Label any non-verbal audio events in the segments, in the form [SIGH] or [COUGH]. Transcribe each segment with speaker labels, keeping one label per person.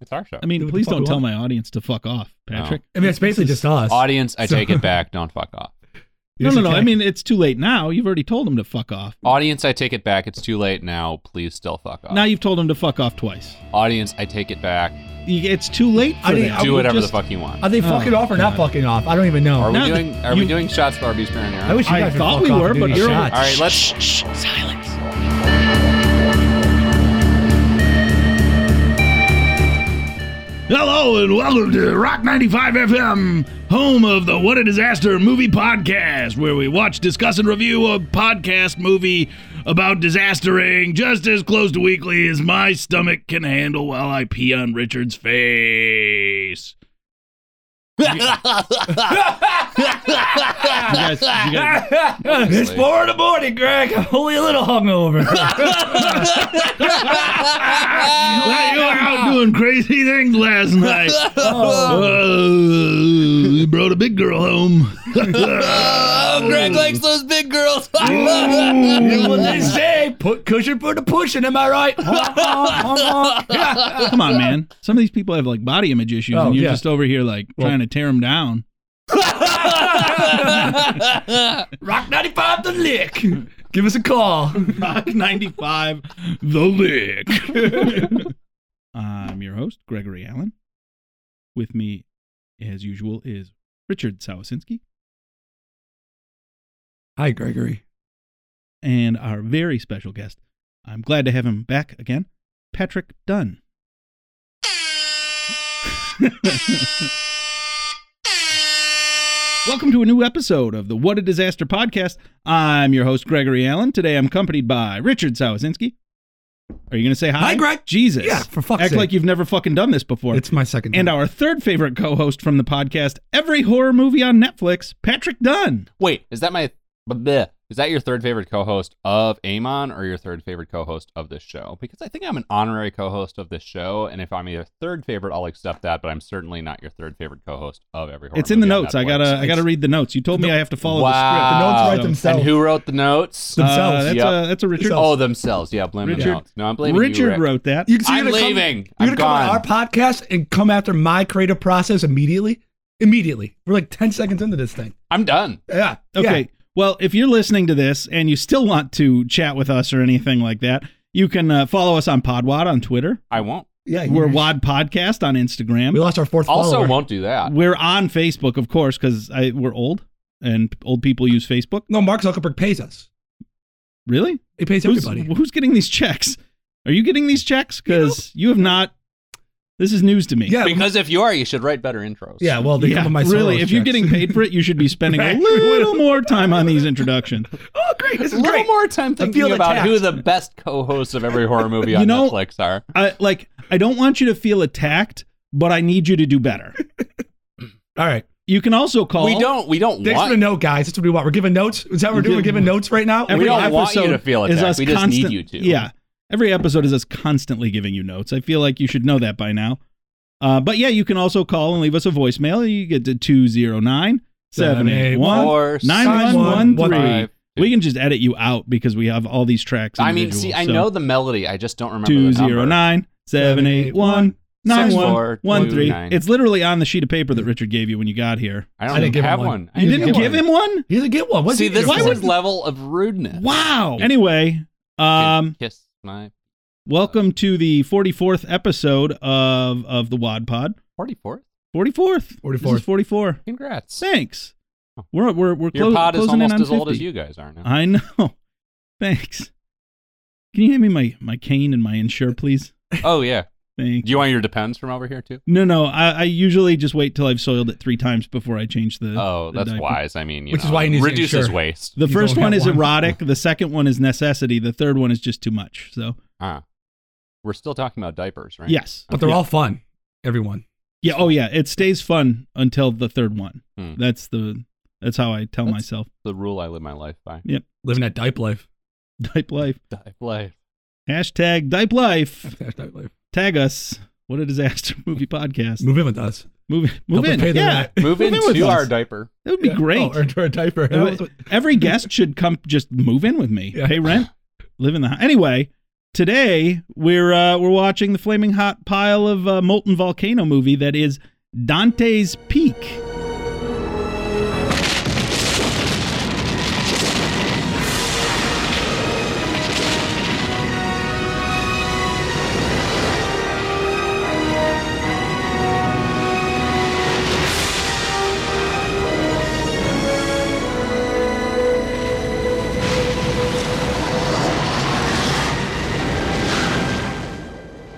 Speaker 1: It's our show.
Speaker 2: I mean,
Speaker 3: Do what the
Speaker 2: please
Speaker 3: fuck
Speaker 2: don't
Speaker 3: we
Speaker 2: tell my
Speaker 3: want.
Speaker 2: audience to fuck off, Patrick.
Speaker 3: I mean, it's basically just us.
Speaker 1: Audience, I
Speaker 3: So-
Speaker 1: take it
Speaker 2: [LAUGHS]
Speaker 1: back. Don't fuck off.
Speaker 2: No,
Speaker 3: It's
Speaker 2: no, no.
Speaker 3: okay.
Speaker 2: I mean, it's too late now. You've already told them to fuck off.
Speaker 1: Audience, I take it back. It's too late now. Please still fuck off.
Speaker 2: Now you've told them to fuck off twice.
Speaker 1: Audience, I take it back.
Speaker 2: You- It's too late for
Speaker 3: I mean,
Speaker 2: that.
Speaker 3: I
Speaker 1: Do
Speaker 3: would
Speaker 1: whatever
Speaker 2: just-
Speaker 1: the fuck you want.
Speaker 3: are they
Speaker 2: Oh,
Speaker 3: fucking off or not
Speaker 2: God.
Speaker 3: fucking off? I don't even know.
Speaker 1: Are we
Speaker 2: Now
Speaker 1: doing? Are we
Speaker 2: you-
Speaker 1: doing shots for Arby's Baron Aaron?
Speaker 3: I wish you
Speaker 2: I
Speaker 3: guys would
Speaker 2: thought
Speaker 3: fuck
Speaker 2: we
Speaker 3: off
Speaker 2: were,
Speaker 3: and do
Speaker 2: but
Speaker 3: these
Speaker 2: you're-
Speaker 3: shots.
Speaker 1: All right, let's.
Speaker 2: [LAUGHS]
Speaker 1: [LAUGHS]
Speaker 2: Hello and welcome to Rock 95 FM, home of the What a Disaster Movie Podcast, where we watch, discuss, and review a podcast movie about disastering just as close to weekly as my stomach can handle while I pee on Richard's face. You guys, you [LAUGHS] guys,
Speaker 3: [LAUGHS] it's four in the morning, Greg. I'm only a little
Speaker 2: [LAUGHS]
Speaker 3: hungover.
Speaker 2: you were out doing crazy things last
Speaker 1: [LAUGHS]
Speaker 2: night. Oh, you brought a big girl home.
Speaker 1: Oh, Greg
Speaker 2: [LAUGHS]
Speaker 1: likes those big girls.
Speaker 3: what they say, put cushion for the pushing. Am I right?
Speaker 2: Come on, man. Some of these people have like body image issues,
Speaker 3: Oh,
Speaker 2: and you're
Speaker 3: yeah.
Speaker 2: just over here like
Speaker 3: Well-
Speaker 2: trying to tear them
Speaker 3: [LAUGHS]
Speaker 2: down.
Speaker 3: [LAUGHS] Rock 95 the lick. Give us a call.
Speaker 2: Rock 95, The Lick. [LAUGHS] I'm your host, Gregory Allen. With me, as usual, is Richard Sawasinski
Speaker 3: Hi, Gregory.
Speaker 2: and our very special guest. I'm glad to have him back again, Patrick Dunn. [LAUGHS] Welcome to a new episode of the What a Disaster podcast. I'm your host, Gregory Allen. Today I'm accompanied by Richard Sawasinski. Are you going to say hi?
Speaker 3: Hi, Greg.
Speaker 2: Jesus.
Speaker 3: Yeah, for fuck's
Speaker 2: Act
Speaker 3: sake.
Speaker 2: like you've never fucking done this before.
Speaker 3: It's my second.
Speaker 2: and
Speaker 3: time.
Speaker 2: our third favorite co host from the podcast, every horror movie on Netflix, Patrick Dunn.
Speaker 1: Wait, is that my? bleh. Is that your third favorite co-host of Amon or your third favorite co-host of this show? Because I think I'm an honorary co-host of this show, and if I'm your third favorite, I'll accept that. But I'm certainly not your third favorite co-host of every. Horror
Speaker 2: it's in the
Speaker 1: movie on
Speaker 2: notes. I
Speaker 1: Netflix.
Speaker 2: gotta I gotta read the notes. You told me I have to follow
Speaker 1: Wow.
Speaker 3: the notes write
Speaker 2: So-
Speaker 3: themselves.
Speaker 1: And who wrote the notes?
Speaker 2: the
Speaker 3: Uh,
Speaker 2: script. Uh,
Speaker 3: themselves.
Speaker 2: that's
Speaker 1: Yep.
Speaker 2: a that's a Richard.
Speaker 1: oh, themselves. Yeah, blame the
Speaker 2: Richard-
Speaker 1: notes. No, I'm blaming you,
Speaker 2: Richard
Speaker 1: Rick.
Speaker 2: wrote that.
Speaker 3: You- so
Speaker 1: I'm
Speaker 3: you're gonna come-
Speaker 1: leaving.
Speaker 3: You're
Speaker 1: I'm
Speaker 3: gonna come on
Speaker 1: gone.
Speaker 3: our podcast and come after my creative process immediately? Immediately. We're like 10 seconds into this thing.
Speaker 1: I'm done.
Speaker 3: Yeah.
Speaker 2: Okay. Well, if you're listening to this and you still want to chat with us or anything like that, you can uh, follow us on Podwad on Twitter.
Speaker 1: I won't.
Speaker 3: Yeah. yeah
Speaker 2: We're
Speaker 3: you-
Speaker 2: Wad Podcast on
Speaker 3: We
Speaker 2: Instagram.
Speaker 3: lost our fourth
Speaker 1: Also,
Speaker 3: follower.
Speaker 1: won't do that.
Speaker 2: We're on Facebook, of course, because we're old and old people use Facebook.
Speaker 3: No, Mark Zuckerberg pays us.
Speaker 2: Really?
Speaker 3: He pays
Speaker 2: Who's,
Speaker 3: everybody.
Speaker 2: who's getting these checks? Are you getting these checks? Because you have not. This is news to me.
Speaker 3: Yeah.
Speaker 1: Because if you are, you should write better intros.
Speaker 3: yeah. Well, they come
Speaker 2: Yeah,
Speaker 3: with my
Speaker 2: really.
Speaker 3: Soros
Speaker 2: If you're
Speaker 3: checks. [LAUGHS]
Speaker 2: getting paid for it, you should be spending
Speaker 3: Right.
Speaker 2: a little more time on these introductions.
Speaker 3: oh, great. This
Speaker 1: A
Speaker 3: is
Speaker 1: little
Speaker 3: great.
Speaker 1: more time
Speaker 3: feel
Speaker 1: thinking about
Speaker 3: attacked.
Speaker 1: who the best co-hosts of every horror movie
Speaker 2: You
Speaker 1: on
Speaker 2: know-
Speaker 1: Netflix are.
Speaker 2: I like. I don't want you to feel attacked, but I need you to do better.
Speaker 3: All right.
Speaker 2: You can also call.
Speaker 1: We don't. We don't
Speaker 3: Thanks for the
Speaker 1: want.
Speaker 3: note, guys. That's what we want. We're giving notes. Is that what we're doing? We're
Speaker 2: Yeah.
Speaker 3: giving notes right now.
Speaker 1: We
Speaker 2: Every
Speaker 1: don't want you
Speaker 2: episode
Speaker 1: to feel
Speaker 2: is
Speaker 1: attacked.
Speaker 2: us
Speaker 1: We just need
Speaker 2: constant-
Speaker 1: you to.
Speaker 2: Yeah. Every episode is us constantly giving you notes. I feel like you should know that by now. Uh, but yeah, you can also call and leave us a voicemail. You get to 209 781
Speaker 1: Or
Speaker 2: 9113.
Speaker 1: five, two.
Speaker 2: We can just edit you out because we have all these tracks.
Speaker 1: I mean, see,
Speaker 2: individual,
Speaker 1: I
Speaker 2: so
Speaker 1: know the melody. I just don't remember the number.
Speaker 2: 209 781 9113.
Speaker 1: 64129.
Speaker 2: It's literally on the sheet of paper that Richard gave you when you got here.
Speaker 1: I don't
Speaker 3: I didn't
Speaker 1: even
Speaker 3: give him
Speaker 1: have
Speaker 3: one.
Speaker 1: one. I
Speaker 2: You
Speaker 1: didn't
Speaker 2: didn't
Speaker 1: get
Speaker 2: give
Speaker 1: one.
Speaker 2: him one?
Speaker 3: He doesn't get one. What's
Speaker 1: See,
Speaker 3: he
Speaker 1: this
Speaker 3: get
Speaker 2: Why
Speaker 1: is
Speaker 3: for?
Speaker 2: would-
Speaker 1: level of rudeness. Oh.
Speaker 2: Wow. Anyway, um,
Speaker 1: Kiss my
Speaker 2: Welcome to the 44th episode of of the Wad Pod.
Speaker 1: 44th.
Speaker 2: 44th.
Speaker 3: 44th.
Speaker 2: This is 44.
Speaker 1: Congrats.
Speaker 2: Thanks. We're we're we're
Speaker 1: Your
Speaker 2: clo-
Speaker 1: pod is
Speaker 2: closing in
Speaker 1: almost
Speaker 2: on
Speaker 1: as old
Speaker 2: 50.
Speaker 1: as you guys are now.
Speaker 2: I know. [LAUGHS] Thanks. Can you hand me my my cane and my insure, please?
Speaker 1: Oh yeah.
Speaker 2: Thank
Speaker 1: Do you want your depends from over here too?
Speaker 2: No, no. I, I usually just wait till I've soiled it three times before I change the.
Speaker 1: Oh,
Speaker 2: the
Speaker 1: that's
Speaker 2: diaper.
Speaker 1: wise. I mean, you
Speaker 3: Which is
Speaker 1: know,
Speaker 3: why he needs to
Speaker 1: reduces
Speaker 3: insure.
Speaker 1: waste.
Speaker 2: The
Speaker 3: You've
Speaker 2: first
Speaker 3: only
Speaker 2: one
Speaker 3: got
Speaker 2: is
Speaker 3: one.
Speaker 2: erotic. The second one is necessity. The third one is just too much. So
Speaker 1: Ah, we're still talking about diapers, right?
Speaker 2: yes,
Speaker 3: But they're
Speaker 2: yeah.
Speaker 3: all fun. Everyone.
Speaker 2: Yeah. Oh, yeah. It stays fun until the third one.
Speaker 1: Hmm.
Speaker 2: That's the. That's how I tell
Speaker 1: That's-
Speaker 2: myself. [LAUGHS]
Speaker 1: The rule I live my life by.
Speaker 3: Living that dipe life.
Speaker 2: Dipe life.
Speaker 1: Dive life.
Speaker 2: Hashtag dipe life.
Speaker 3: That's dipe life.
Speaker 2: Tag us. What a disaster [LAUGHS] movie podcast.
Speaker 3: Move in with us.
Speaker 2: Move, move
Speaker 3: Help us
Speaker 2: in.
Speaker 3: pay the
Speaker 2: Yeah.
Speaker 3: rent.
Speaker 1: Move
Speaker 2: Move in with
Speaker 1: into
Speaker 2: us.
Speaker 1: our diaper.
Speaker 2: That would be
Speaker 3: Yeah.
Speaker 2: great.
Speaker 3: Oh, or into a diaper. That was what-
Speaker 2: Every guest should come just move in with me.
Speaker 3: Yeah.
Speaker 2: Pay rent. Live in the house. Anyway, Today we're uh, we're watching the flaming hot pile of uh, molten volcano movie that is Dante's Peak.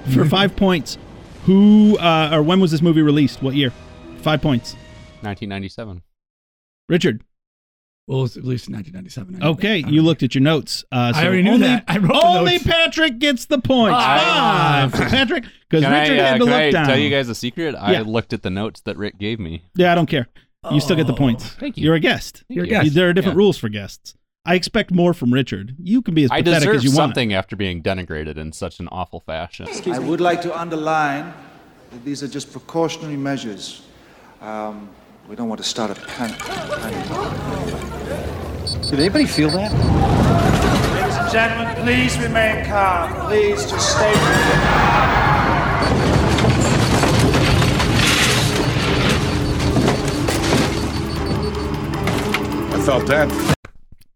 Speaker 3: [LAUGHS]
Speaker 2: for five points. Who uh, or when was this movie released? What year? Five points.
Speaker 1: 1997.
Speaker 2: Richard.
Speaker 3: Well, it's at least 1997. I know
Speaker 2: Okay,
Speaker 3: that.
Speaker 2: you looked at your notes. Uh, so
Speaker 3: I already knew
Speaker 2: only,
Speaker 3: that. I wrote the
Speaker 2: only
Speaker 3: notes.
Speaker 2: Patrick gets the points.
Speaker 1: Ah.
Speaker 2: Five for Patrick because
Speaker 1: Can I,
Speaker 2: Richard
Speaker 1: uh,
Speaker 2: had to
Speaker 1: can
Speaker 2: look
Speaker 1: I
Speaker 2: down.
Speaker 1: tell you guys a secret? I
Speaker 2: Yeah.
Speaker 1: looked at the notes that Rick gave me.
Speaker 2: yeah, I don't care. You still
Speaker 3: Oh,
Speaker 2: get the points.
Speaker 1: Thank you.
Speaker 2: You're a guest.
Speaker 1: Thank
Speaker 3: You're a
Speaker 1: you.
Speaker 3: guest.
Speaker 2: You- There are different
Speaker 1: Yeah.
Speaker 2: rules for guests. I expect more from Richard. You can be as
Speaker 1: I
Speaker 2: pathetic
Speaker 1: deserve
Speaker 2: as you
Speaker 1: something after being denigrated in such an awful fashion.
Speaker 4: I would like to underline that these are just precautionary measures. Um, we don't want to start a panic. Did anybody feel that?
Speaker 5: Ladies and gentlemen, please remain calm.
Speaker 4: Please just stay.
Speaker 6: I felt that.
Speaker 2: want.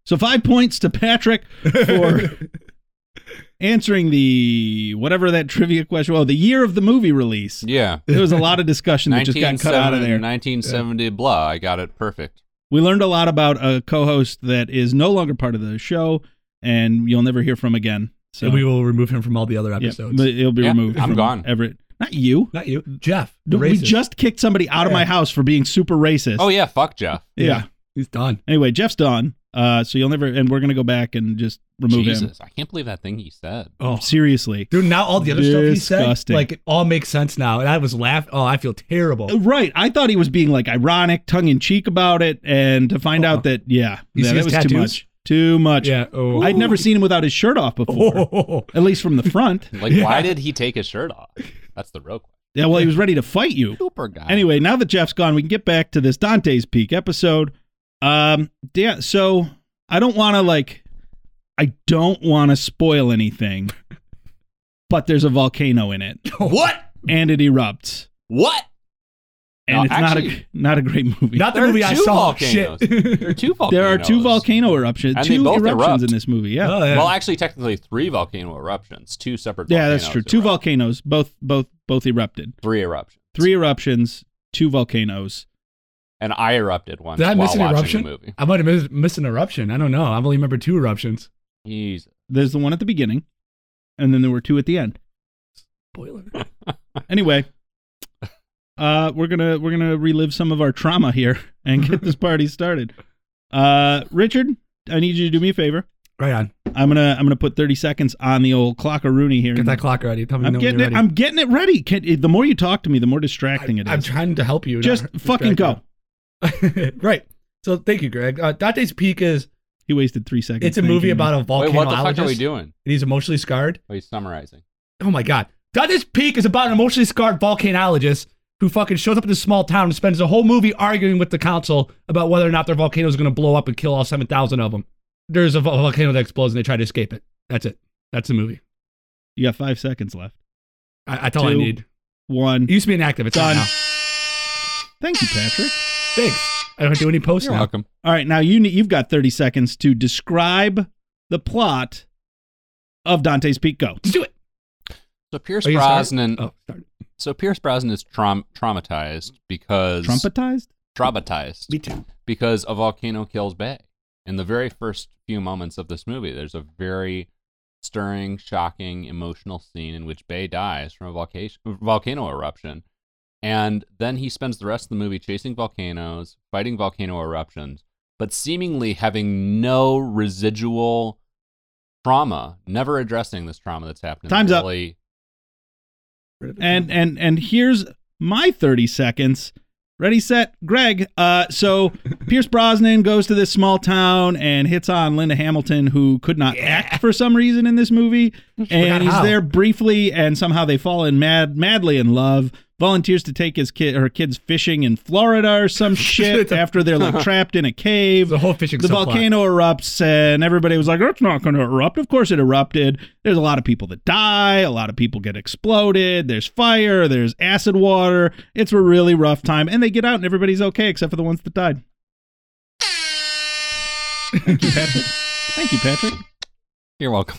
Speaker 2: So five points to Patrick for
Speaker 1: [LAUGHS]
Speaker 2: answering the whatever that trivia question. Oh, the year of the movie release.
Speaker 1: Yeah.
Speaker 2: There was a lot of discussion that just got cut out of
Speaker 1: 1970 1970,
Speaker 2: there.
Speaker 1: blah. I got it perfect.
Speaker 2: We learned a lot about a co-host that is no longer part of the show, and you'll never hear from again. So
Speaker 3: And we will remove him from all the other
Speaker 2: yeah,
Speaker 3: episodes.
Speaker 2: but it'll be
Speaker 1: Yeah,
Speaker 2: removed.
Speaker 1: I'm
Speaker 2: from
Speaker 1: gone.
Speaker 2: Everett, not you.
Speaker 3: Not you, Jeff. the
Speaker 2: we
Speaker 3: racist.
Speaker 2: just kicked somebody out of my
Speaker 3: Yeah.
Speaker 2: house for being super racist.
Speaker 1: Oh, yeah. Fuck Jeff.
Speaker 2: yeah.
Speaker 3: He's done.
Speaker 2: Anyway, Jeff's done. Uh, so you'll never, and we're gonna go back and just remove him.
Speaker 1: Jesus. I can't believe that thing he said.
Speaker 2: [LAUGHS]
Speaker 3: Oh,
Speaker 2: Seriously.
Speaker 3: dude. Now all the other stuff he said,
Speaker 2: Disgusting.
Speaker 3: like it all makes sense now. And I was laughing. Oh, I feel terrible.
Speaker 2: Uh, Right, I thought he was being like ironic, tongue in cheek about it, and to find out that yeah,
Speaker 3: Uh-huh. You see
Speaker 2: yeah, that
Speaker 3: his
Speaker 2: was too
Speaker 3: tattoos?
Speaker 2: much, too much.
Speaker 3: Yeah. Oh.
Speaker 2: I'd never seen him without his shirt off before,
Speaker 3: Oh.
Speaker 2: at least from the front.
Speaker 1: Like, why did he take his shirt off? That's the real question.
Speaker 2: Yeah, well, he was ready to fight you.
Speaker 1: Super guy.
Speaker 2: Anyway, now that Jeff's gone, we can get back to this Dante's Peak episode. Um, yeah, so I don't want to like, I don't want to spoil
Speaker 3: [LAUGHS]
Speaker 2: anything, but there's a volcano in it
Speaker 3: [LAUGHS] What?
Speaker 2: and it erupts,
Speaker 1: what?
Speaker 2: and
Speaker 1: No,
Speaker 2: it's
Speaker 1: actually-
Speaker 2: not a not a great movie.
Speaker 3: Not the
Speaker 1: There are
Speaker 3: movie I
Speaker 1: two
Speaker 3: saw.
Speaker 1: volcanoes. There
Speaker 3: [LAUGHS]
Speaker 1: are
Speaker 3: Shit.
Speaker 1: two volcanoes.
Speaker 2: there are two volcano eruptions,
Speaker 1: And they
Speaker 2: two
Speaker 1: both
Speaker 2: eruptions
Speaker 1: erupt. Uh,
Speaker 2: in this movie. Yeah,
Speaker 3: Oh, yeah.
Speaker 1: Well, actually, technically, three volcano eruptions, two separate.
Speaker 2: yeah, that's true.
Speaker 1: volcanoes
Speaker 2: Two
Speaker 1: erupt.
Speaker 2: volcanoes, both both both erupted.
Speaker 1: three eruptions,
Speaker 2: Three eruptions, two volcanoes.
Speaker 1: and I erupted once
Speaker 3: Did I miss
Speaker 1: while
Speaker 3: an
Speaker 1: watching
Speaker 3: eruption?
Speaker 1: the movie.
Speaker 3: I might have missed, missed an eruption. I don't know. I only remember two eruptions.
Speaker 1: Jeez.
Speaker 2: There's the one at the beginning, and then there were two at
Speaker 1: [LAUGHS]
Speaker 2: the end.
Speaker 3: Spoiler.
Speaker 2: anyway uh we're gonna we're gonna relive some of our trauma here [LAUGHS] and get this party started uh richard i need you to do me a favor
Speaker 3: Right on.
Speaker 2: i'm gonna i'm gonna put 30 seconds on the old clockaroonie here
Speaker 3: Get that clock ready. Tell me
Speaker 2: i'm
Speaker 3: when you're
Speaker 2: getting it
Speaker 3: ready.
Speaker 2: i'm getting it ready Can, the more you talk to me the more distracting it
Speaker 3: I, am
Speaker 2: is.
Speaker 3: trying to help you. not
Speaker 2: just
Speaker 3: distract
Speaker 2: fucking
Speaker 3: you.
Speaker 2: go
Speaker 3: [LAUGHS] right. So thank you, Greg. Uh, Dante's Peak is
Speaker 2: he wasted three seconds
Speaker 3: it's a
Speaker 2: thanking
Speaker 3: movie
Speaker 2: me.
Speaker 3: about a
Speaker 1: Wait,
Speaker 3: volcanologist.
Speaker 1: what the fuck are we doing?
Speaker 3: And he's emotionally scarred.
Speaker 1: Oh, he's summarizing.
Speaker 3: Oh my god. Dante's Peak is about an emotionally scarred volcanologist who fucking shows up in this small town and spends the whole movie arguing with the council about whether or not their volcano is going to blow up and kill all 7,000 of them. There's a vo- volcano that explodes and they try to escape it. That's it. That's the movie.
Speaker 2: you got five seconds left
Speaker 3: I, that's all I
Speaker 2: Two.
Speaker 3: need.
Speaker 2: one
Speaker 3: It used to be inactive. It's
Speaker 2: Done.
Speaker 3: done. Now.
Speaker 2: thank you patrick
Speaker 3: Thanks. I don't have to do any posts
Speaker 1: You're
Speaker 3: now.
Speaker 1: welcome.
Speaker 2: all right now you ne- you've got 30 seconds to describe the plot of dante's peak go
Speaker 3: Just do it.
Speaker 1: So Pierce
Speaker 3: Are you
Speaker 1: Brosnan.
Speaker 3: started? Oh, start.
Speaker 1: So Pierce Brosnan is traum- traumatized because
Speaker 2: trumpetized
Speaker 1: traumatized
Speaker 3: Me too.
Speaker 1: because a volcano kills Bay. In the very first few moments of this movie, there's a very stirring, shocking, emotional scene in which Bay dies from a volcano volcano eruption. And then he spends the rest of the movie chasing volcanoes, fighting volcano eruptions, but seemingly having no residual trauma, never addressing this trauma that's happening.
Speaker 2: Time's up.
Speaker 1: really-
Speaker 2: and and and here's my 30 seconds ready set greg uh so pierce brosnan goes to this small town and hits on linda hamilton who could not act for some reason in this movie and he's
Speaker 3: how.
Speaker 2: there briefly and somehow they fall in mad madly in love volunteers to take his kid her kids fishing in Florida or some shit after they're like trapped in a cave.
Speaker 3: The whole fishing
Speaker 2: The
Speaker 3: subplot.
Speaker 2: volcano erupts and everybody was like, "It's not going to erupt." Of course, it erupted. There's a lot of people that die. A lot of people get exploded. There's fire. There's acid water. It's a really rough time, and they get out and everybody's okay except for the ones that died. Thank you, Patrick. Thank you, Patrick.
Speaker 1: You're welcome.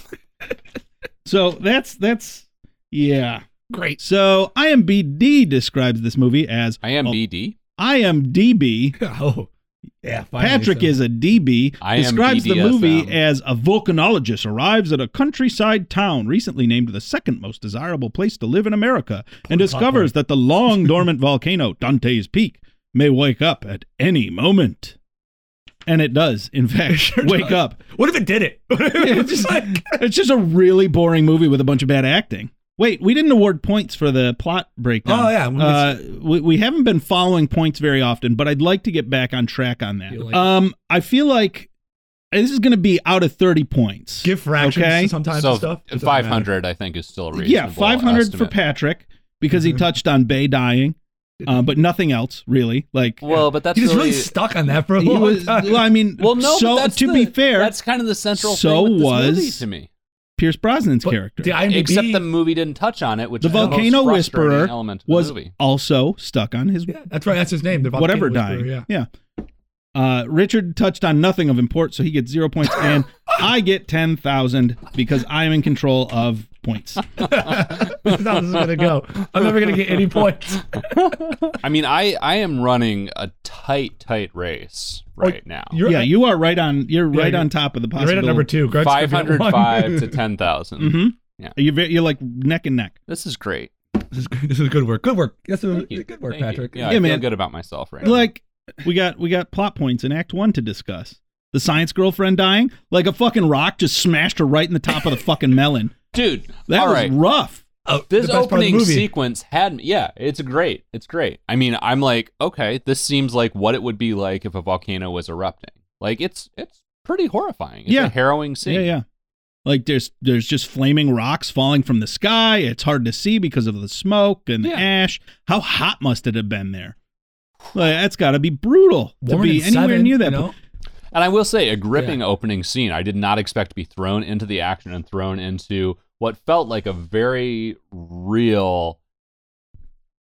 Speaker 2: So that's that's yeah.
Speaker 3: Great. [LAUGHS]
Speaker 2: So IMBD describes this movie as
Speaker 1: I am E
Speaker 2: Oh,
Speaker 1: BD.
Speaker 2: IMDb.
Speaker 3: Oh, yeah. finally
Speaker 2: Patrick
Speaker 3: some-
Speaker 2: is a DB.
Speaker 1: IMBDSM.
Speaker 2: Describes the movie as a volcanologist arrives at a countryside town recently named the second most desirable place to live in America and discovers that the long [LAUGHS] dormant volcano, Dante's Peak, may wake up at any moment. And it does, in fact, wake up.
Speaker 3: What if it did it? [LAUGHS]
Speaker 2: [LAUGHS]
Speaker 3: it's just like
Speaker 2: It's just a really boring movie with a bunch of bad acting. Wait, we didn't award points for the plot breakdown.
Speaker 3: Oh, yeah.
Speaker 2: uh, we, we haven't been following points very often, but I'd like to get back on track on that.
Speaker 3: Feel like-
Speaker 2: um, I feel like this is going to be out of thirty points.
Speaker 3: give fractions
Speaker 2: Okay.
Speaker 3: sometimes and
Speaker 1: So
Speaker 3: stuff. It doesn't
Speaker 1: five
Speaker 3: matter.
Speaker 1: hundred, I think, is still a reasonable.
Speaker 2: yeah, five hundred for
Speaker 1: estimate.
Speaker 2: Patrick because
Speaker 3: Mm-hmm.
Speaker 2: he touched on Bay dying, uh, but nothing else really. Like
Speaker 1: Well, but that's
Speaker 3: He was
Speaker 1: really,
Speaker 3: really stuck on that for a
Speaker 2: he
Speaker 3: [LAUGHS] long
Speaker 2: was. [LAUGHS]
Speaker 3: time.
Speaker 2: Well, I mean,
Speaker 1: well, no.
Speaker 2: So
Speaker 1: but that's
Speaker 2: to
Speaker 1: the-
Speaker 2: be fair,
Speaker 1: that's kind of the central.
Speaker 2: so
Speaker 1: thing with this
Speaker 2: was-
Speaker 1: movie to me.
Speaker 2: Pierce Brosnan's
Speaker 3: But
Speaker 2: character.
Speaker 3: The IMDb,
Speaker 1: Except the movie didn't touch on it, which
Speaker 2: the
Speaker 1: is most
Speaker 2: volcano
Speaker 1: frustrating
Speaker 2: whisperer
Speaker 1: element of the
Speaker 2: was
Speaker 1: movie.
Speaker 2: also stuck on his
Speaker 3: Yeah, that's right. That's his name. The Volcano
Speaker 2: whatever
Speaker 3: Whisperer,
Speaker 2: dying.
Speaker 3: Yeah. [LAUGHS]
Speaker 2: Uh, Richard touched on nothing of import, so he gets zero
Speaker 3: [LAUGHS]
Speaker 2: points, and I get ten thousand because I am in control of
Speaker 3: [LAUGHS]
Speaker 2: points.
Speaker 3: this is how this is gonna go. I'm never gonna
Speaker 1: [LAUGHS]
Speaker 3: get any points.
Speaker 1: I mean, I I am running a tight, tight race right now.
Speaker 3: You're,
Speaker 2: yeah, you are right on. You're
Speaker 3: Yeah,
Speaker 2: right
Speaker 3: you're-
Speaker 2: on top of the
Speaker 3: you're right
Speaker 2: possibility.
Speaker 3: at number two. Greg's gonna
Speaker 1: Five
Speaker 3: be at
Speaker 1: hundred
Speaker 2: [LAUGHS]
Speaker 3: one.
Speaker 1: five
Speaker 3: [LAUGHS]
Speaker 1: to ten
Speaker 2: Mm-hmm.
Speaker 1: Yeah.
Speaker 2: You're ve- you're like neck and neck.
Speaker 1: This is great.
Speaker 3: This is, good- this is good work. Good work. That's a,
Speaker 1: Thank you.
Speaker 3: good work,
Speaker 1: Thank you.
Speaker 3: Patrick.
Speaker 1: Yeah, I feel
Speaker 2: Yeah, man.
Speaker 1: good about myself right now.
Speaker 2: Like we got we got plot points in Act One to discuss. The science girlfriend dying, like a fucking rock just smashed her right in the top of the fucking melon.
Speaker 1: dude.
Speaker 2: That
Speaker 1: all
Speaker 2: was
Speaker 1: right.
Speaker 2: rough.
Speaker 3: Oh,
Speaker 1: this
Speaker 3: the best part of the
Speaker 1: opening
Speaker 3: movie.
Speaker 1: sequence had me. Yeah, it's great. It's great. I mean, I'm like, okay, this seems like what it would be like if a volcano was erupting. Like it's it's pretty horrifying. It's
Speaker 2: Yeah.
Speaker 1: a harrowing scene.
Speaker 2: Yeah, yeah. Like there's there's just flaming rocks falling from the sky. It's hard to see because of the smoke and the
Speaker 1: Yeah.
Speaker 2: ash. How hot must it have been there? Like that's got to be brutal to
Speaker 3: Warren
Speaker 2: be
Speaker 3: is
Speaker 2: anywhere
Speaker 3: seven,
Speaker 2: near that.
Speaker 3: You know?
Speaker 1: And I will say, a gripping opening scene. I did not expect to be thrown into the action and thrown into what felt like a very real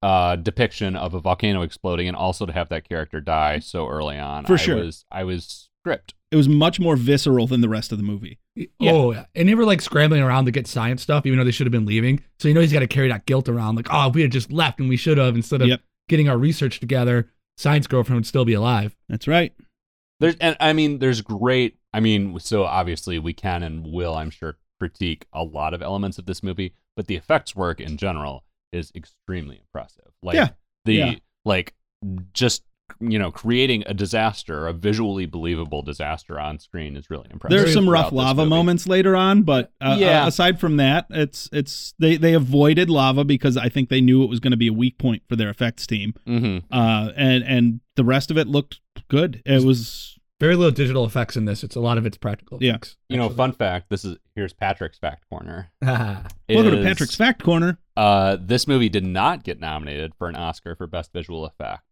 Speaker 1: uh, depiction of a volcano exploding, and also to have that character die so early on.
Speaker 2: For
Speaker 1: I
Speaker 2: sure.
Speaker 1: was, I was gripped.
Speaker 2: It was much more visceral than the rest of the movie.
Speaker 1: Yeah.
Speaker 3: Oh, yeah. and they were like scrambling around to get science stuff, even though they should have been leaving. So you know he's got to carry that guilt around. Like, oh, if we had just left and we should have instead of
Speaker 2: Yep.
Speaker 3: getting our research together, science girlfriend would still be alive.
Speaker 2: That's right.
Speaker 1: There's, and I mean, there's great. I mean, so obviously we can and will, I'm sure, critique a lot of elements of this movie, but the effects work in general is extremely impressive. Like
Speaker 2: Yeah.
Speaker 1: the
Speaker 2: Yeah.
Speaker 1: like just you know creating a disaster, a visually believable disaster on screen is really impressive.
Speaker 2: There are some rough
Speaker 1: throughout this
Speaker 2: lava
Speaker 1: movie.
Speaker 2: moments later on, but uh,
Speaker 1: Yeah.
Speaker 2: uh, aside from that, it's it's they they avoided lava because I think they knew it was going to be a weak point for their effects team.
Speaker 1: Mhm.
Speaker 2: Uh, and and the rest of it looked good. It was
Speaker 3: Very little digital effects in this. It's a lot of it's practical
Speaker 2: Yeah.
Speaker 3: effects.
Speaker 1: You know, fun fact. This is here's Patrick's fact corner.
Speaker 3: [LAUGHS] know,
Speaker 2: welcome to
Speaker 1: is,
Speaker 2: Patrick's Fact Corner.
Speaker 1: Uh, this movie did not get nominated for an Oscar for Best Visual Effects.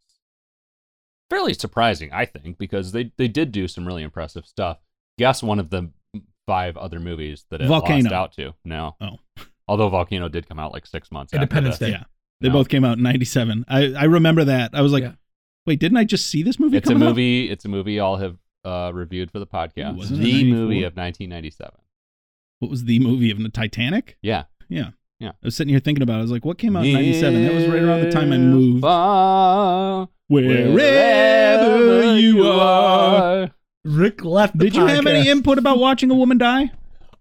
Speaker 1: Fairly surprising, I think, because they, they did do some really impressive stuff. Guess one of the five other movies that it
Speaker 2: Volcano.
Speaker 1: lost out to. No.
Speaker 2: Oh.
Speaker 1: Although Volcano did come out like six months. after
Speaker 3: Independence
Speaker 1: this.
Speaker 3: Day.
Speaker 2: Yeah. They
Speaker 1: No.
Speaker 2: both came out in '97. I, I remember that. I was like,
Speaker 3: Yeah.
Speaker 2: wait, didn't I just see this movie?
Speaker 1: It's a
Speaker 2: coming up?"
Speaker 1: movie. It's a movie all have uh, reviewed for the podcast.
Speaker 2: Wasn't it
Speaker 1: the
Speaker 2: 94?
Speaker 1: movie of 1997.
Speaker 2: What was the movie of the Titanic?
Speaker 1: Yeah.
Speaker 2: Yeah.
Speaker 1: Yeah.
Speaker 2: I was sitting here thinking about. it. I was like, what came out in '97? That was right around the time I moved.
Speaker 1: Far
Speaker 2: Wherever you are.
Speaker 3: Rick left. The
Speaker 2: Did you have any
Speaker 3: podcast.
Speaker 2: input about watching a woman die?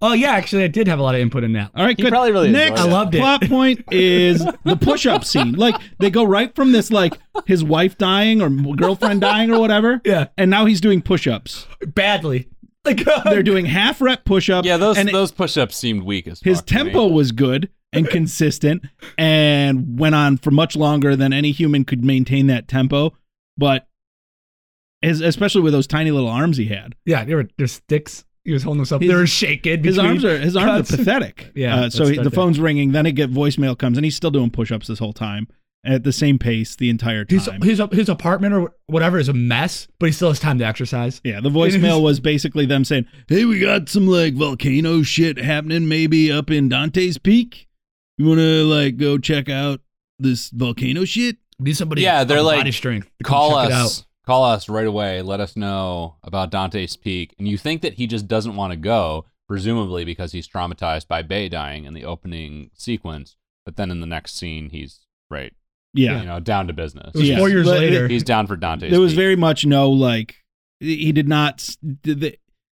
Speaker 3: Oh yeah, actually, I did have a lot of input in that.
Speaker 2: All right,
Speaker 1: He
Speaker 2: good.
Speaker 1: probably really
Speaker 2: Next
Speaker 1: enjoyed
Speaker 3: I loved it.
Speaker 2: plot point is the
Speaker 3: [LAUGHS]
Speaker 2: push-up scene. Like they go right from this, like his wife dying or girlfriend dying or whatever.
Speaker 3: Yeah.
Speaker 2: And now he's doing push-ups.
Speaker 3: Badly. Like
Speaker 2: They're doing half rep push-ups.
Speaker 1: Yeah, those
Speaker 2: and
Speaker 1: those push-ups seemed weak as
Speaker 2: his
Speaker 1: fuck to me.
Speaker 2: tempo was good and consistent and went on for much longer than any human could maintain that tempo but his, especially with those tiny little arms he had
Speaker 3: yeah, there were there's sticks. He was holding himself.
Speaker 2: His-
Speaker 3: they were shaking.
Speaker 2: his
Speaker 3: between
Speaker 2: arms are his arms
Speaker 3: cuts.
Speaker 2: are pathetic
Speaker 3: [LAUGHS] Yeah,
Speaker 2: uh, so
Speaker 3: let's
Speaker 2: he,
Speaker 3: start
Speaker 2: the
Speaker 3: there.
Speaker 2: phone's ringing then it get voicemail comes and he's still doing push-ups this whole time at the same pace the entire time.
Speaker 3: His, his his apartment or whatever is a mess, but he still has time to exercise.
Speaker 2: Yeah, the
Speaker 3: [LAUGHS]
Speaker 2: voicemail was basically them saying, "Hey, we got some like volcano shit happening, maybe up in Dante's Peak. You want to like go check out this volcano shit?"
Speaker 3: Need somebody.
Speaker 1: Yeah, they're
Speaker 3: on
Speaker 1: like,
Speaker 3: body strength. to come
Speaker 1: Call
Speaker 3: check it
Speaker 1: us.
Speaker 3: out.
Speaker 1: Call us right away. Let us know about Dante's Peak. And you think that he just doesn't want to go, presumably because he's traumatized by Bay dying in the opening sequence. But then in the next scene, he's right,
Speaker 2: Yeah,
Speaker 1: you know, down to business.
Speaker 3: It was
Speaker 2: Yeah.
Speaker 3: four years
Speaker 2: But it-
Speaker 3: later.
Speaker 1: He's down for Dante's.
Speaker 2: there was
Speaker 1: Peak.
Speaker 2: very much no like he did not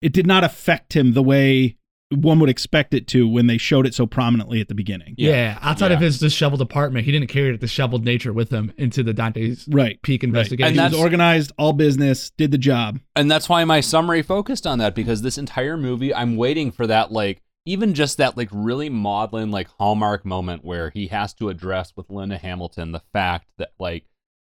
Speaker 2: it did not affect him the way one would expect it to when they showed it so prominently at the beginning.
Speaker 3: yeah.
Speaker 1: Yeah.
Speaker 3: outside of
Speaker 1: Yeah.
Speaker 3: his disheveled apartment, he didn't carry the disheveled nature with him into the Dante's
Speaker 2: Right.
Speaker 3: Peak
Speaker 2: Right.
Speaker 3: investigation.
Speaker 1: And
Speaker 2: He was
Speaker 1: that's-
Speaker 2: organized, all business, did the job.
Speaker 1: and that's why my summary focused on that because this entire movie i'm waiting for that like even just that like really maudlin like hallmark moment where he has to address with linda hamilton the fact that like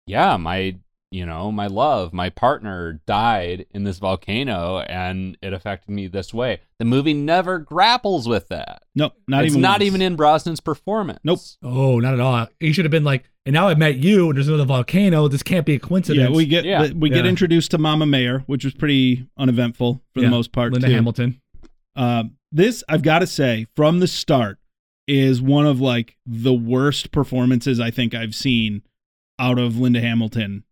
Speaker 1: yeah my you know my love my partner died in this volcano and it affected me this way the movie never grapples with that
Speaker 2: No, not
Speaker 1: it's
Speaker 2: even
Speaker 1: not
Speaker 2: once.
Speaker 1: even in brosnan's performance
Speaker 2: Nope.
Speaker 3: oh, not at all. He should have been like, and now I met you, and there's another volcano. This can't be a coincidence.
Speaker 2: Yeah, we get
Speaker 1: Yeah.
Speaker 2: we get
Speaker 3: Yeah.
Speaker 2: introduced to Mama Mayer, which was pretty uneventful for
Speaker 3: Yeah.
Speaker 2: the most part.
Speaker 3: Linda
Speaker 2: too.
Speaker 3: Hamilton.
Speaker 2: Um, this I've got to say from the start is one of like the worst performances I think I've seen out of Linda Hamilton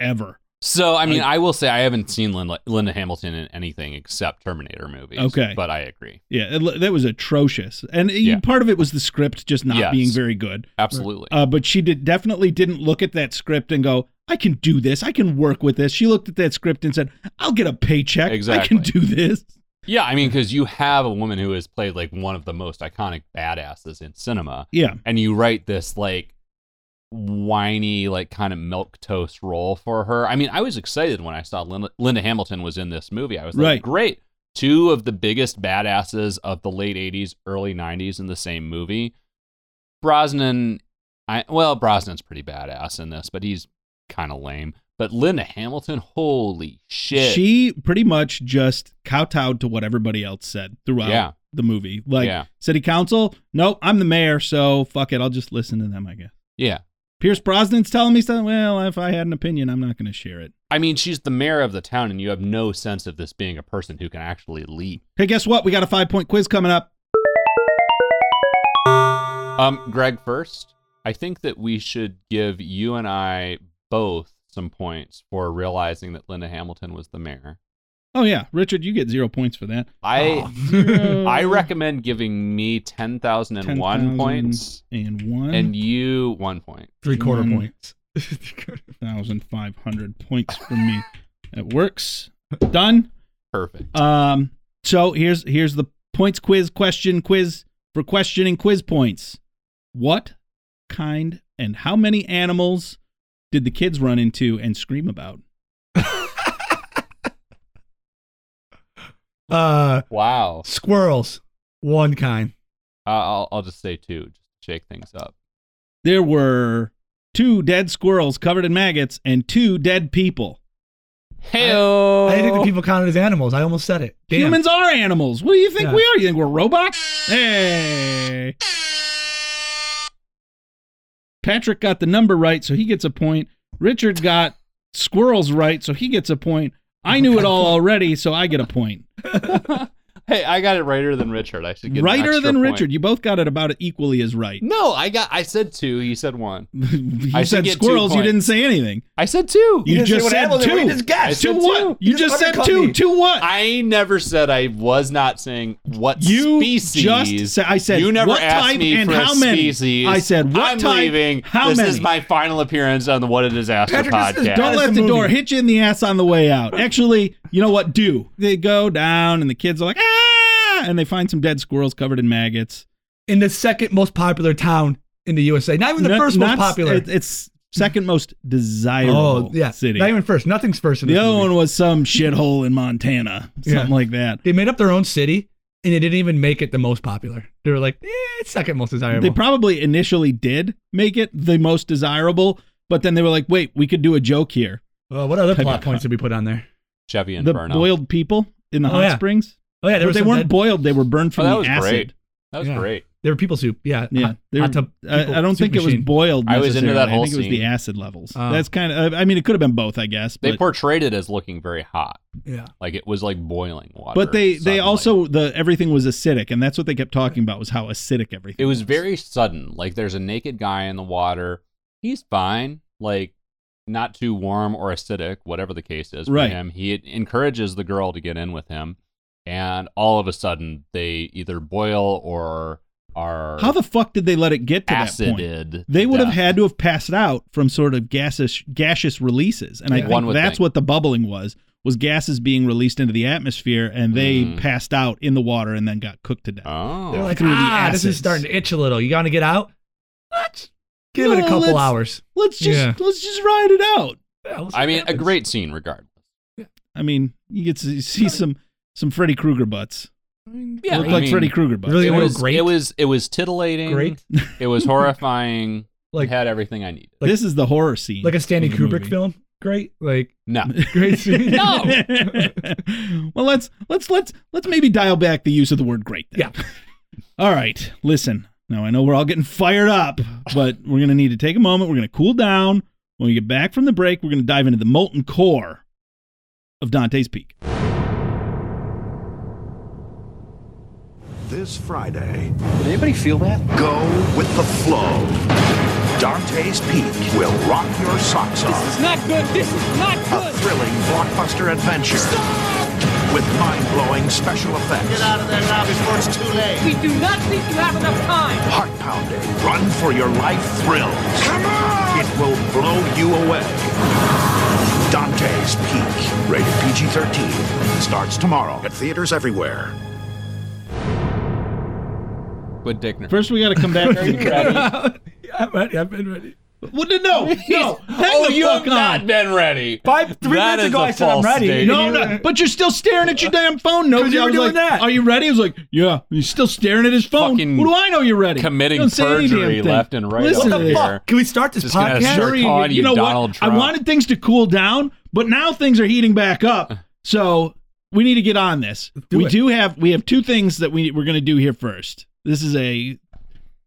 Speaker 2: ever.
Speaker 1: so i mean i will say i haven't seen linda, linda hamilton in anything except terminator movies
Speaker 2: Okay.
Speaker 1: but i agree
Speaker 2: Yeah, it, that was atrocious, and it-
Speaker 1: Yeah.
Speaker 2: part of it was the script just not
Speaker 1: Yes.
Speaker 2: being very good.
Speaker 1: absolutely
Speaker 2: Uh, but she did definitely didn't look at that script and go, "I can do this. I can work with this." She looked at that script and said, "I'll get a paycheck. I
Speaker 1: Exactly.
Speaker 2: can do this."
Speaker 1: Yeah, I mean, because you have a woman who has played like one of the most iconic badasses in cinema,
Speaker 2: Yeah,
Speaker 1: and you write this like whiny, like kind of milk toast role for her. I mean, I was excited when I saw Linda, Linda Hamilton was in this movie. I was like,
Speaker 2: Right.
Speaker 1: great, two of the biggest badasses of the late '80s, early '90s in the same movie. Brosnan, I well, Brosnan's pretty badass in this, but he's kind of lame. But Linda Hamilton, holy shit,
Speaker 2: she pretty much just kowtowed to what everybody else said throughout
Speaker 1: Yeah.
Speaker 2: the movie. Like
Speaker 1: Yeah.
Speaker 2: city council, nope, I'm the mayor, so fuck it, I'll just listen to them, I guess.
Speaker 1: yeah.
Speaker 2: Pierce Brosnan's telling me something. Well, if I had an opinion, I'm not going to share it.
Speaker 1: I mean, she's the mayor of the town, and you have no sense of this being a person who can actually lead.
Speaker 2: Hey, guess what? We got a five point quiz coming up.
Speaker 1: Um, Greg, first, I think that we should give you and I both some points for realizing that Linda Hamilton was the mayor.
Speaker 2: Oh yeah, Richard, you get zero points for that.
Speaker 1: I I recommend giving me ten thousand and one points,
Speaker 2: and one
Speaker 1: and you one point.
Speaker 3: Three quarter
Speaker 2: One. [LAUGHS]
Speaker 3: points.
Speaker 2: thousand five hundred points from me. It works. Done.
Speaker 1: Perfect.
Speaker 2: Um, so here's here's the points quiz question quiz for questioning quiz points. What kind and how many animals did the kids run into and scream about?
Speaker 3: uh,
Speaker 1: wow.
Speaker 3: squirrels, one kind.
Speaker 1: Uh, I'll I'll just say two, just to shake things up.
Speaker 2: There were two dead squirrels covered in maggots and two dead people.
Speaker 1: Hey,
Speaker 3: I didn't think
Speaker 1: Oh.
Speaker 3: the people counted as animals. I almost said it. Damn.
Speaker 2: Humans are animals. What do you think
Speaker 3: Yeah.
Speaker 2: we are? You think we're robots? Hey. Patrick got the number right, so he gets a point. Richard got squirrels right, so he gets a point. I knew it all already, so I get a
Speaker 7: [LAUGHS]
Speaker 2: point.
Speaker 1: hey, I got it righter than Richard. I should get an
Speaker 2: Righter
Speaker 1: extra
Speaker 2: than
Speaker 1: point.
Speaker 2: Richard. You both got it about equally
Speaker 1: [LAUGHS]
Speaker 2: as right.
Speaker 1: No, I got. I said two. You said one.
Speaker 2: you
Speaker 1: I should
Speaker 2: said
Speaker 1: get two
Speaker 2: squirrels. You
Speaker 1: points.
Speaker 2: didn't say anything.
Speaker 1: I said two.
Speaker 2: You,
Speaker 7: didn't say
Speaker 2: just
Speaker 7: what
Speaker 2: said
Speaker 7: animal they
Speaker 2: two.
Speaker 7: were. You just guessed.
Speaker 1: I
Speaker 2: Two
Speaker 1: said
Speaker 2: what?
Speaker 1: two.
Speaker 2: You,
Speaker 7: You
Speaker 2: just
Speaker 7: just
Speaker 2: said
Speaker 7: undercut
Speaker 2: two.
Speaker 7: me.
Speaker 2: Two what?
Speaker 1: I never said I was not saying what
Speaker 2: You
Speaker 1: species.
Speaker 2: just said- I said,
Speaker 1: you never
Speaker 2: what
Speaker 1: asked
Speaker 2: type
Speaker 1: me
Speaker 2: and
Speaker 1: for
Speaker 2: how
Speaker 1: a
Speaker 2: many?
Speaker 1: species.
Speaker 2: I said, what
Speaker 1: I'm
Speaker 2: type,
Speaker 1: leaving.
Speaker 2: how
Speaker 1: this
Speaker 2: many?
Speaker 1: is my final appearance on the What a Disaster
Speaker 7: Patrick, this is
Speaker 1: podcast.
Speaker 2: Don't
Speaker 7: That
Speaker 2: let
Speaker 7: is
Speaker 2: the
Speaker 7: the
Speaker 2: door
Speaker 7: movie.
Speaker 2: hit you in the ass on the way out. Actually, you know what? Do they go down and the kids are like ah, and they find some dead squirrels covered in maggots.
Speaker 3: in the second most popular town in the USA. Not even the
Speaker 2: Not-
Speaker 3: first
Speaker 2: not-
Speaker 3: most popular.
Speaker 2: it- it's second most desirable
Speaker 3: oh, yeah.
Speaker 2: city.
Speaker 3: Not even first. Nothing's first in
Speaker 2: the
Speaker 3: this
Speaker 2: other
Speaker 3: movie.
Speaker 2: one was some shithole in Montana, something
Speaker 3: Yeah.
Speaker 2: like that.
Speaker 3: They made up their own city and they didn't even make it the most popular. They were like, eh, it's second most desirable.
Speaker 2: They probably initially did make it the most desirable, but then they were like, "Wait, we could do a joke here."
Speaker 3: Uh, what other plot
Speaker 2: Probably-
Speaker 3: points did we put on there?
Speaker 1: Chevy
Speaker 2: the
Speaker 1: Inferno.
Speaker 2: boiled people in the
Speaker 3: Oh,
Speaker 2: hot
Speaker 3: yeah.
Speaker 2: springs.
Speaker 3: Oh yeah, there
Speaker 2: But
Speaker 3: was
Speaker 2: they
Speaker 3: some
Speaker 2: weren't
Speaker 3: dead-
Speaker 2: boiled; they were burned from
Speaker 1: Oh, that
Speaker 2: the
Speaker 1: was
Speaker 2: acid.
Speaker 1: great. that was
Speaker 3: Yeah.
Speaker 1: great.
Speaker 3: They were people soup. Yeah.
Speaker 2: Yeah,
Speaker 3: Hot,
Speaker 2: they were-
Speaker 3: hot tub people
Speaker 2: I, I don't
Speaker 3: soup
Speaker 2: think it was
Speaker 3: machine.
Speaker 2: boiled.
Speaker 1: I was into
Speaker 2: necessarily.
Speaker 1: that
Speaker 2: I
Speaker 1: whole
Speaker 2: think it was the
Speaker 1: scene.
Speaker 2: acid levels.
Speaker 3: Oh.
Speaker 2: That's kind of. I mean, it could have been both. I guess.
Speaker 1: They
Speaker 2: but-
Speaker 1: portrayed it as looking very hot,
Speaker 3: Yeah.
Speaker 1: like it was like boiling water.
Speaker 2: but they they
Speaker 1: suddenly.
Speaker 2: also the everything was acidic, and that's what they kept talking about was how acidic everything.
Speaker 1: it was very sudden. Like there's a naked guy in the water. He's fine. Like not too warm or acidic, whatever the case is for
Speaker 2: Right.
Speaker 1: him. He encourages the girl to get in with him, and all of a sudden they either boil or are
Speaker 2: How the fuck did they let it get to that point?
Speaker 1: acided.
Speaker 2: They would have
Speaker 1: death.
Speaker 2: had to have passed out from sort of gaseous gaseous releases, and I
Speaker 3: Yeah.
Speaker 1: One
Speaker 2: think
Speaker 1: would
Speaker 2: that's
Speaker 1: think.
Speaker 2: what the bubbling was was gases being released into the atmosphere, and they
Speaker 1: Mm.
Speaker 2: passed out in the water and then got cooked to death.
Speaker 1: Oh,
Speaker 3: They're like,
Speaker 2: Through the
Speaker 3: ah, this is
Speaker 2: acids.
Speaker 3: starting to itch a little. You gonna get out? Let's give it a
Speaker 2: No,
Speaker 3: couple
Speaker 2: let's-
Speaker 3: hours.
Speaker 2: Let's just
Speaker 3: Yeah.
Speaker 2: let's just ride it out.
Speaker 3: Yeah, we'll see
Speaker 1: I
Speaker 3: what
Speaker 1: mean, a
Speaker 3: happens.
Speaker 1: great scene, regardless.
Speaker 2: I mean, you get to see some some Freddy Krueger butts.
Speaker 1: Yeah,
Speaker 2: Look
Speaker 1: I
Speaker 2: like
Speaker 1: mean,
Speaker 2: Freddy Krueger butts.
Speaker 3: Really
Speaker 1: It
Speaker 3: real
Speaker 1: was
Speaker 3: great.
Speaker 1: It was it was titillating.
Speaker 3: Great.
Speaker 1: It
Speaker 2: [LAUGHS]
Speaker 1: was horrifying.
Speaker 3: Like-
Speaker 1: it had everything I needed.
Speaker 3: like-
Speaker 2: this is the horror scene,
Speaker 3: like a Stanley
Speaker 2: of the
Speaker 3: Kubrick
Speaker 2: movie.
Speaker 3: film. Great, like
Speaker 2: [LAUGHS]
Speaker 1: No,
Speaker 3: [LAUGHS] great scene.
Speaker 2: well, let's let's let's let's maybe dial back the use of the word great.
Speaker 1: [LAUGHS]
Speaker 2: Then. Yeah. all right. Listen. Now I know we're all getting fired
Speaker 3: [LAUGHS]
Speaker 2: up, but we're gonna need to take a moment. We're gonna cool down. When we get back from the break, we're gonna dive into the molten core of Dante's Peak.
Speaker 8: This Friday. Did anybody feel that? Go with the flow. Dante's Peak will rock your socks off. This is not good. This is not good. A thrilling blockbuster adventure. With mind-blowing special effects. Get out of there now before it's too late.
Speaker 9: We do not think you have enough time.
Speaker 8: Heart-pounding, run for your life thrills. Come on! It will blow you away. Dante's Peak, rated PG-13, starts tomorrow at theaters everywhere.
Speaker 1: good Dickner.
Speaker 2: First, we gotta come back.
Speaker 3: [LAUGHS] I'm ready. I've been ready.
Speaker 2: well, no, no, no. Hang
Speaker 1: oh,
Speaker 2: the
Speaker 1: you
Speaker 2: fuck
Speaker 1: have not
Speaker 2: on.
Speaker 1: been ready.
Speaker 3: Five- three
Speaker 1: That
Speaker 3: minutes
Speaker 1: is
Speaker 3: ago
Speaker 1: a
Speaker 3: I said I'm
Speaker 1: false
Speaker 3: ready.
Speaker 1: statement.
Speaker 2: No, no, but you're still staring at your damn phone. No,
Speaker 3: uh, 'Cause you
Speaker 2: I
Speaker 3: were
Speaker 2: was
Speaker 3: doing
Speaker 2: like,
Speaker 3: that.
Speaker 2: Are you ready? He was like, Yeah. He's still staring at his phone.
Speaker 1: Fucking
Speaker 2: what do I know? You're ready.
Speaker 1: committing
Speaker 2: Don't say any damn
Speaker 1: perjury
Speaker 2: thing.
Speaker 1: left and right
Speaker 2: Listen
Speaker 1: up
Speaker 2: to
Speaker 1: here.
Speaker 2: this.
Speaker 1: Fuck.
Speaker 3: Can we start this
Speaker 1: Just gonna
Speaker 3: podcast?
Speaker 1: start-
Speaker 2: Jury,
Speaker 1: calling you Donald Trump.
Speaker 2: I wanted things to cool down, but now things are heating back up.
Speaker 1: Uh-huh.
Speaker 2: So we need to get on this.
Speaker 3: do
Speaker 2: we
Speaker 3: it.
Speaker 2: do have we have two things that we we're going to do here first. This is a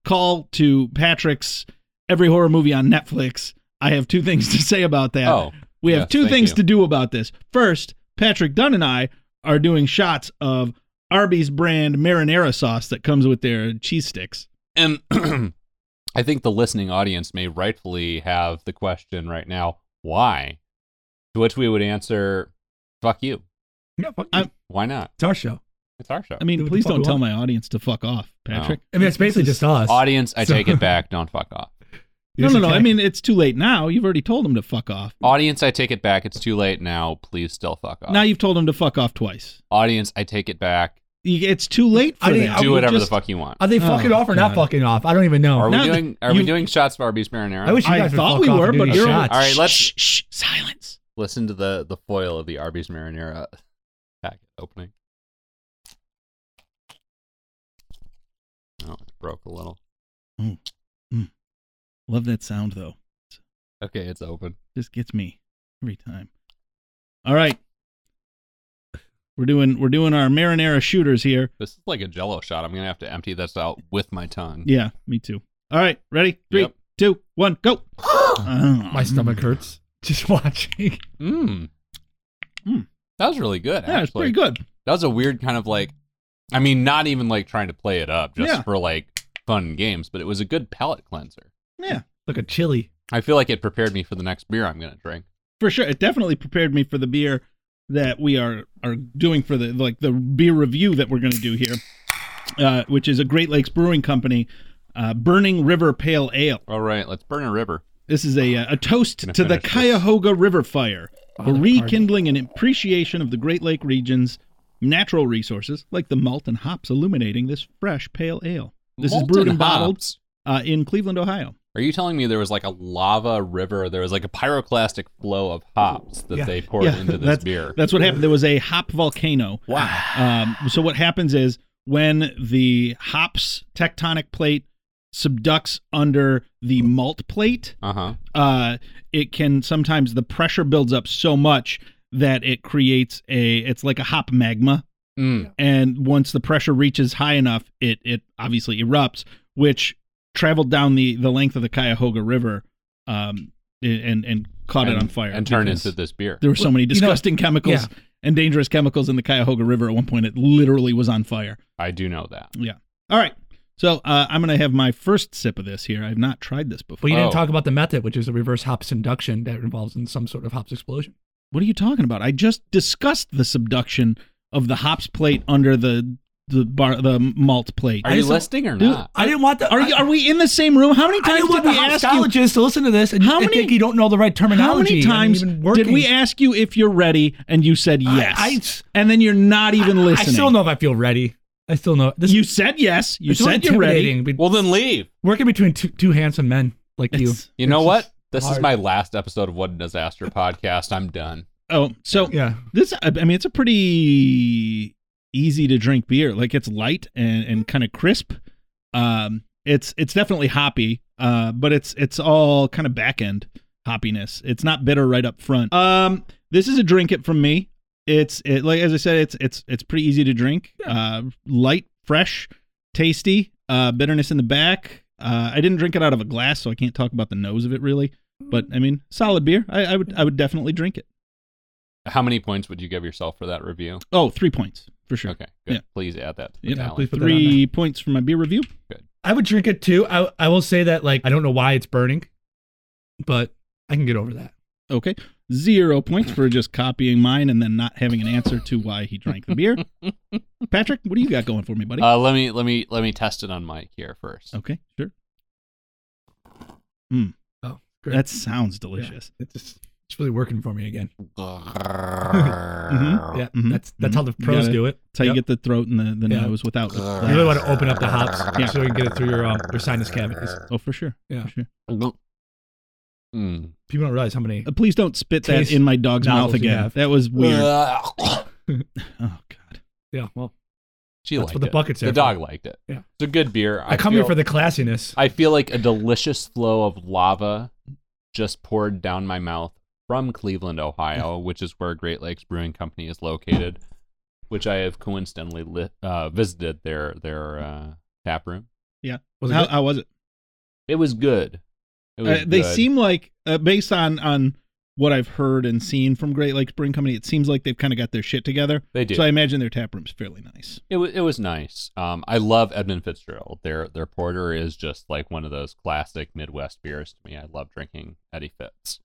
Speaker 2: call to Patrick's every horror movie on Netflix. I have two things to say about that.
Speaker 1: Oh,
Speaker 2: we have
Speaker 1: yes,
Speaker 2: two
Speaker 1: thank
Speaker 2: things
Speaker 1: you.
Speaker 2: to do about this. First, Patrick Dunn and I are doing shots of Arby's brand marinara sauce that comes with their cheese sticks.
Speaker 1: And [CLEARS THROAT] I think the listening audience may rightfully have the question right now, why? To which we would answer, fuck you.
Speaker 3: Yeah, fuck you.
Speaker 2: I'm-
Speaker 1: Why not?
Speaker 3: it's our show.
Speaker 1: It's our show.
Speaker 2: I
Speaker 3: Do
Speaker 2: mean,
Speaker 3: what
Speaker 2: please
Speaker 3: the fuck
Speaker 2: don't
Speaker 3: we
Speaker 2: tell
Speaker 3: want.
Speaker 2: my audience to fuck off,
Speaker 1: No.
Speaker 2: Patrick.
Speaker 3: I mean, it's basically just us.
Speaker 1: Audience, I
Speaker 3: So-
Speaker 1: take it back. Don't fuck off.
Speaker 2: No,
Speaker 3: Yes,
Speaker 2: no, no.
Speaker 3: okay.
Speaker 2: I mean, it's too late now. You've already told him to fuck off.
Speaker 1: Audience, I take it back. It's too late now. Please still fuck off.
Speaker 2: Now you've told him to fuck off twice.
Speaker 1: Audience, I take it back.
Speaker 2: You- It's too late for
Speaker 3: I think-
Speaker 2: that.
Speaker 3: I
Speaker 1: Do
Speaker 3: would
Speaker 1: whatever
Speaker 2: just-
Speaker 1: the fuck you want.
Speaker 3: are they fucking
Speaker 2: Oh,
Speaker 3: off or not
Speaker 2: God.
Speaker 3: fucking off? I don't even know.
Speaker 1: Are
Speaker 2: now
Speaker 1: we
Speaker 2: that
Speaker 1: doing are
Speaker 2: you-
Speaker 1: we doing shots of Arby's marinara?
Speaker 3: I wish you
Speaker 2: I
Speaker 3: guys would
Speaker 2: thought
Speaker 3: fuck
Speaker 2: we
Speaker 3: off
Speaker 2: were,
Speaker 3: and do
Speaker 2: but
Speaker 3: these
Speaker 2: you're-
Speaker 3: shots.
Speaker 1: All right, let's-
Speaker 2: Shh, shh, silence.
Speaker 1: Listen to the the foil of the Arby's marinara packet opening. Oh, it broke a little.
Speaker 2: Love that sound though.
Speaker 1: Okay, it's open.
Speaker 2: Just gets me every time. All right, we're doing we're doing our marinara shooters here.
Speaker 1: This is like a Jello shot. I'm gonna have to empty this out with my tongue.
Speaker 2: Yeah, me too. All right, ready? Three,
Speaker 1: Yep.
Speaker 2: two, one, go. Oh,
Speaker 3: My stomach hurts just [LAUGHS] watching.
Speaker 1: Mmm.
Speaker 2: Mm.
Speaker 1: That was really good.
Speaker 2: Yeah, it's
Speaker 1: actually.
Speaker 2: pretty good.
Speaker 1: That was a weird kind of like, I mean, not even like trying to play it up just
Speaker 2: Yeah.
Speaker 1: for like fun games, but it was a good palate cleanser.
Speaker 2: Yeah,
Speaker 3: Like a chili.
Speaker 1: I feel like it prepared me for the next beer I'm gonna drink.
Speaker 2: for sure. It definitely prepared me for the beer that we are are doing for the like the beer review that we're going to do here, uh, which is a Great Lakes Brewing Company uh, Burning River Pale Ale.
Speaker 1: All right, let's burn a river.
Speaker 2: This is a uh, a toast
Speaker 1: Gonna
Speaker 2: to the
Speaker 1: finish this.
Speaker 2: Cuyahoga River Fire, a
Speaker 3: they're
Speaker 2: rekindling and appreciation of the Great Lake region's natural resources, like the malt and hops illuminating this fresh pale ale. This
Speaker 1: Malt
Speaker 2: is brewed and bottled
Speaker 1: hops.
Speaker 2: uh, in Cleveland, Ohio.
Speaker 1: Are you telling me there was like a lava river? There was like a pyroclastic flow of hops that
Speaker 3: Yeah.
Speaker 1: they poured
Speaker 2: [LAUGHS]
Speaker 1: into this
Speaker 2: that's,
Speaker 1: beer.
Speaker 2: That's what happened. There was a hop volcano.
Speaker 1: Wow.
Speaker 2: Um, so what happens is when the hops tectonic plate subducts under the malt plate,
Speaker 1: Uh huh.
Speaker 2: uh, it can sometimes the pressure builds up so much that it creates a it's like a hop magma
Speaker 1: Mm.
Speaker 2: and once the pressure reaches high enough, it it obviously erupts, which traveled down the the length of the Cuyahoga River, um, and and caught it
Speaker 1: And-
Speaker 2: on fire
Speaker 1: and turned
Speaker 2: because
Speaker 1: into this beer.
Speaker 2: There were so many
Speaker 3: you know-
Speaker 2: disgusting chemicals
Speaker 3: Yeah.
Speaker 2: and dangerous chemicals in the Cuyahoga River. At one point, it literally was on fire.
Speaker 1: I do know that.
Speaker 2: Yeah. All right. So uh, I'm gonna have my first sip of this here. I've not tried this before.
Speaker 3: But you
Speaker 1: Oh.
Speaker 3: didn't talk about the method, which is a reverse hops induction that involves in some sort of hops explosion.
Speaker 2: What are you talking about? I just discussed the subduction of the hops plate under the the bar the malt plate.
Speaker 1: Are
Speaker 3: I
Speaker 1: you
Speaker 3: just don't-
Speaker 1: listening or
Speaker 2: Dude,
Speaker 1: not?
Speaker 3: I didn't want the.
Speaker 2: Are, you, are we in the same room? How many
Speaker 3: I
Speaker 2: times
Speaker 3: didn't
Speaker 2: did
Speaker 3: want
Speaker 2: we
Speaker 3: the
Speaker 2: ask you?
Speaker 3: hopsologists to listen to this and,
Speaker 2: How
Speaker 3: and
Speaker 2: many-
Speaker 3: think you don't know the right terminology.
Speaker 2: How many
Speaker 3: and
Speaker 2: times
Speaker 3: even
Speaker 2: did we
Speaker 3: working.
Speaker 2: ask you if you're ready and you said yes?
Speaker 3: I-
Speaker 2: and then you're not even
Speaker 3: I
Speaker 2: listening.
Speaker 3: still don't know if I feel ready. I still know this.
Speaker 2: You said yes. You
Speaker 3: it's so
Speaker 2: said you're ready.
Speaker 3: intimidating. Be-
Speaker 1: Well, then leave.
Speaker 3: working between two, two handsome men like you.
Speaker 2: It's-
Speaker 1: You know
Speaker 3: This
Speaker 1: what?
Speaker 3: is
Speaker 1: This is
Speaker 3: hard.
Speaker 1: my last episode of What a Disaster podcast. I'm done.
Speaker 2: Oh, so
Speaker 3: Yeah.
Speaker 2: this, I I mean, it's a pretty easy to drink beer. Like it's light and, and kind of crisp. Um, it's, it's definitely hoppy, uh, but it's, it's all kind of back end hoppiness. It's not bitter right up front. Um, this is a drink it from me. It's it, like, as I said, it's, it's, it's pretty easy to drink, uh, light, fresh, tasty, uh, bitterness in the back. Uh, I didn't drink it out of a glass, so I can't talk about the nose of it really. But I mean, solid beer. I, I would, I would definitely drink it.
Speaker 1: How many points would you give yourself for that review?
Speaker 2: Oh, three points for sure.
Speaker 1: Okay, good.
Speaker 2: Yeah.
Speaker 1: Please add that. To the
Speaker 2: Yeah,
Speaker 1: tally.
Speaker 3: please put that on
Speaker 2: Three points for my beer review.
Speaker 3: I would drink it too. I I will say that like I don't know why it's burning, but I can get over that.
Speaker 2: Okay. Zero points for just copying mine and then not having an answer to why he drank the
Speaker 3: [LAUGHS]
Speaker 2: beer. Patrick, what do you got going for me, buddy?
Speaker 1: Uh, let me let me let me test it on Mike here first.
Speaker 2: okay, sure.
Speaker 3: Oh, great.
Speaker 2: That sounds delicious.
Speaker 3: it's just, it's really working for me again.
Speaker 2: Mhm.
Speaker 3: Yeah,
Speaker 2: Mhm.
Speaker 3: that's that's how the
Speaker 2: Mhm. You
Speaker 3: pros
Speaker 2: gotta-
Speaker 3: do it.
Speaker 2: That's how
Speaker 3: Uh, Yep.
Speaker 2: you get the throat and the, the
Speaker 3: Yeah.
Speaker 2: nose without the
Speaker 3: You really
Speaker 2: flash.
Speaker 3: want to open up the hops
Speaker 2: Yeah.
Speaker 3: so you can get it through your um, your sinus cavities.
Speaker 2: Oh, for sure.
Speaker 3: Yeah.
Speaker 2: For sure.
Speaker 1: Mm.
Speaker 3: People don't realize how many.
Speaker 2: Uh, please don't spit that
Speaker 3: Taste
Speaker 2: in my dog's mouth
Speaker 3: nozzles you
Speaker 2: again.
Speaker 3: have. Uh,
Speaker 2: That was weird.
Speaker 1: Uh,
Speaker 2: oh, God.
Speaker 3: Yeah, well,
Speaker 1: She
Speaker 3: That's
Speaker 1: liked
Speaker 3: what the
Speaker 1: it.
Speaker 3: bucket's
Speaker 1: The
Speaker 3: there
Speaker 1: dog
Speaker 3: for.
Speaker 1: liked it.
Speaker 3: Yeah.
Speaker 1: It's a good beer.
Speaker 3: I, come here
Speaker 1: feel-
Speaker 3: for the classiness.
Speaker 1: I feel like a delicious flow of lava just poured down my mouth from Cleveland, Ohio, which is where Great Lakes Brewing Company is located, which I have coincidentally lit, uh, visited their their uh, tap room.
Speaker 3: Was it
Speaker 2: How,
Speaker 3: good?
Speaker 2: how was it?
Speaker 1: It was good. It was
Speaker 2: Uh, they
Speaker 1: good.
Speaker 2: seem like uh, based on on what I've heard and seen from Great Lakes Brewing Company, it seems like they've kind of got their shit together.
Speaker 1: They do.
Speaker 2: So I imagine their tap room's fairly nice.
Speaker 1: It was it was nice. Um, I love Edmund Fitzgerald. Their their porter is just like one of those classic Midwest beers to me. I love drinking Eddie Fitz.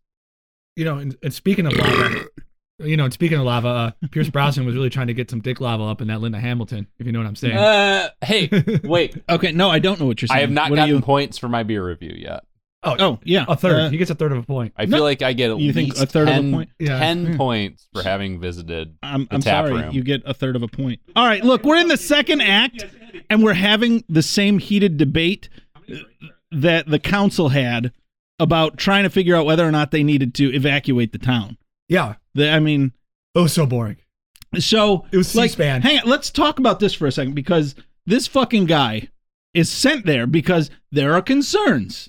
Speaker 3: you know, and, and speaking of lava, [COUGHS] you know, and speaking of lava, uh, Pierce Brosnan was really trying to get some dick lava up in that Linda Hamilton, if you know what I'm saying.
Speaker 1: Uh, hey,
Speaker 3: [LAUGHS]
Speaker 1: wait.
Speaker 2: Okay, no, I don't know what you're saying.
Speaker 1: I have not
Speaker 2: What are
Speaker 1: gotten
Speaker 2: you-
Speaker 1: points for my beer review yet.
Speaker 2: Oh, yeah,
Speaker 3: a third.
Speaker 2: Uh,
Speaker 3: he gets a third of a point.
Speaker 1: I
Speaker 2: No.
Speaker 1: feel like I get at
Speaker 2: You think
Speaker 1: least
Speaker 2: a third of a
Speaker 1: 10,
Speaker 2: point?
Speaker 3: Yeah.
Speaker 1: 10
Speaker 2: Hmm.
Speaker 1: points for having visited.
Speaker 2: I'm,
Speaker 1: the
Speaker 2: I'm
Speaker 1: tap
Speaker 2: sorry.
Speaker 1: room.
Speaker 2: You get a third of a point. All right, look, we're in the second act, and we're having the same heated debate uh, that the council had about trying to figure out whether or not they needed to evacuate the town.
Speaker 3: Yeah.
Speaker 2: The, I mean,
Speaker 3: It was so boring.
Speaker 2: So
Speaker 3: It was
Speaker 2: like,
Speaker 3: C-SPAN.
Speaker 2: Hang on, let's talk about this for a second because this fucking guy is sent there because there are concerns.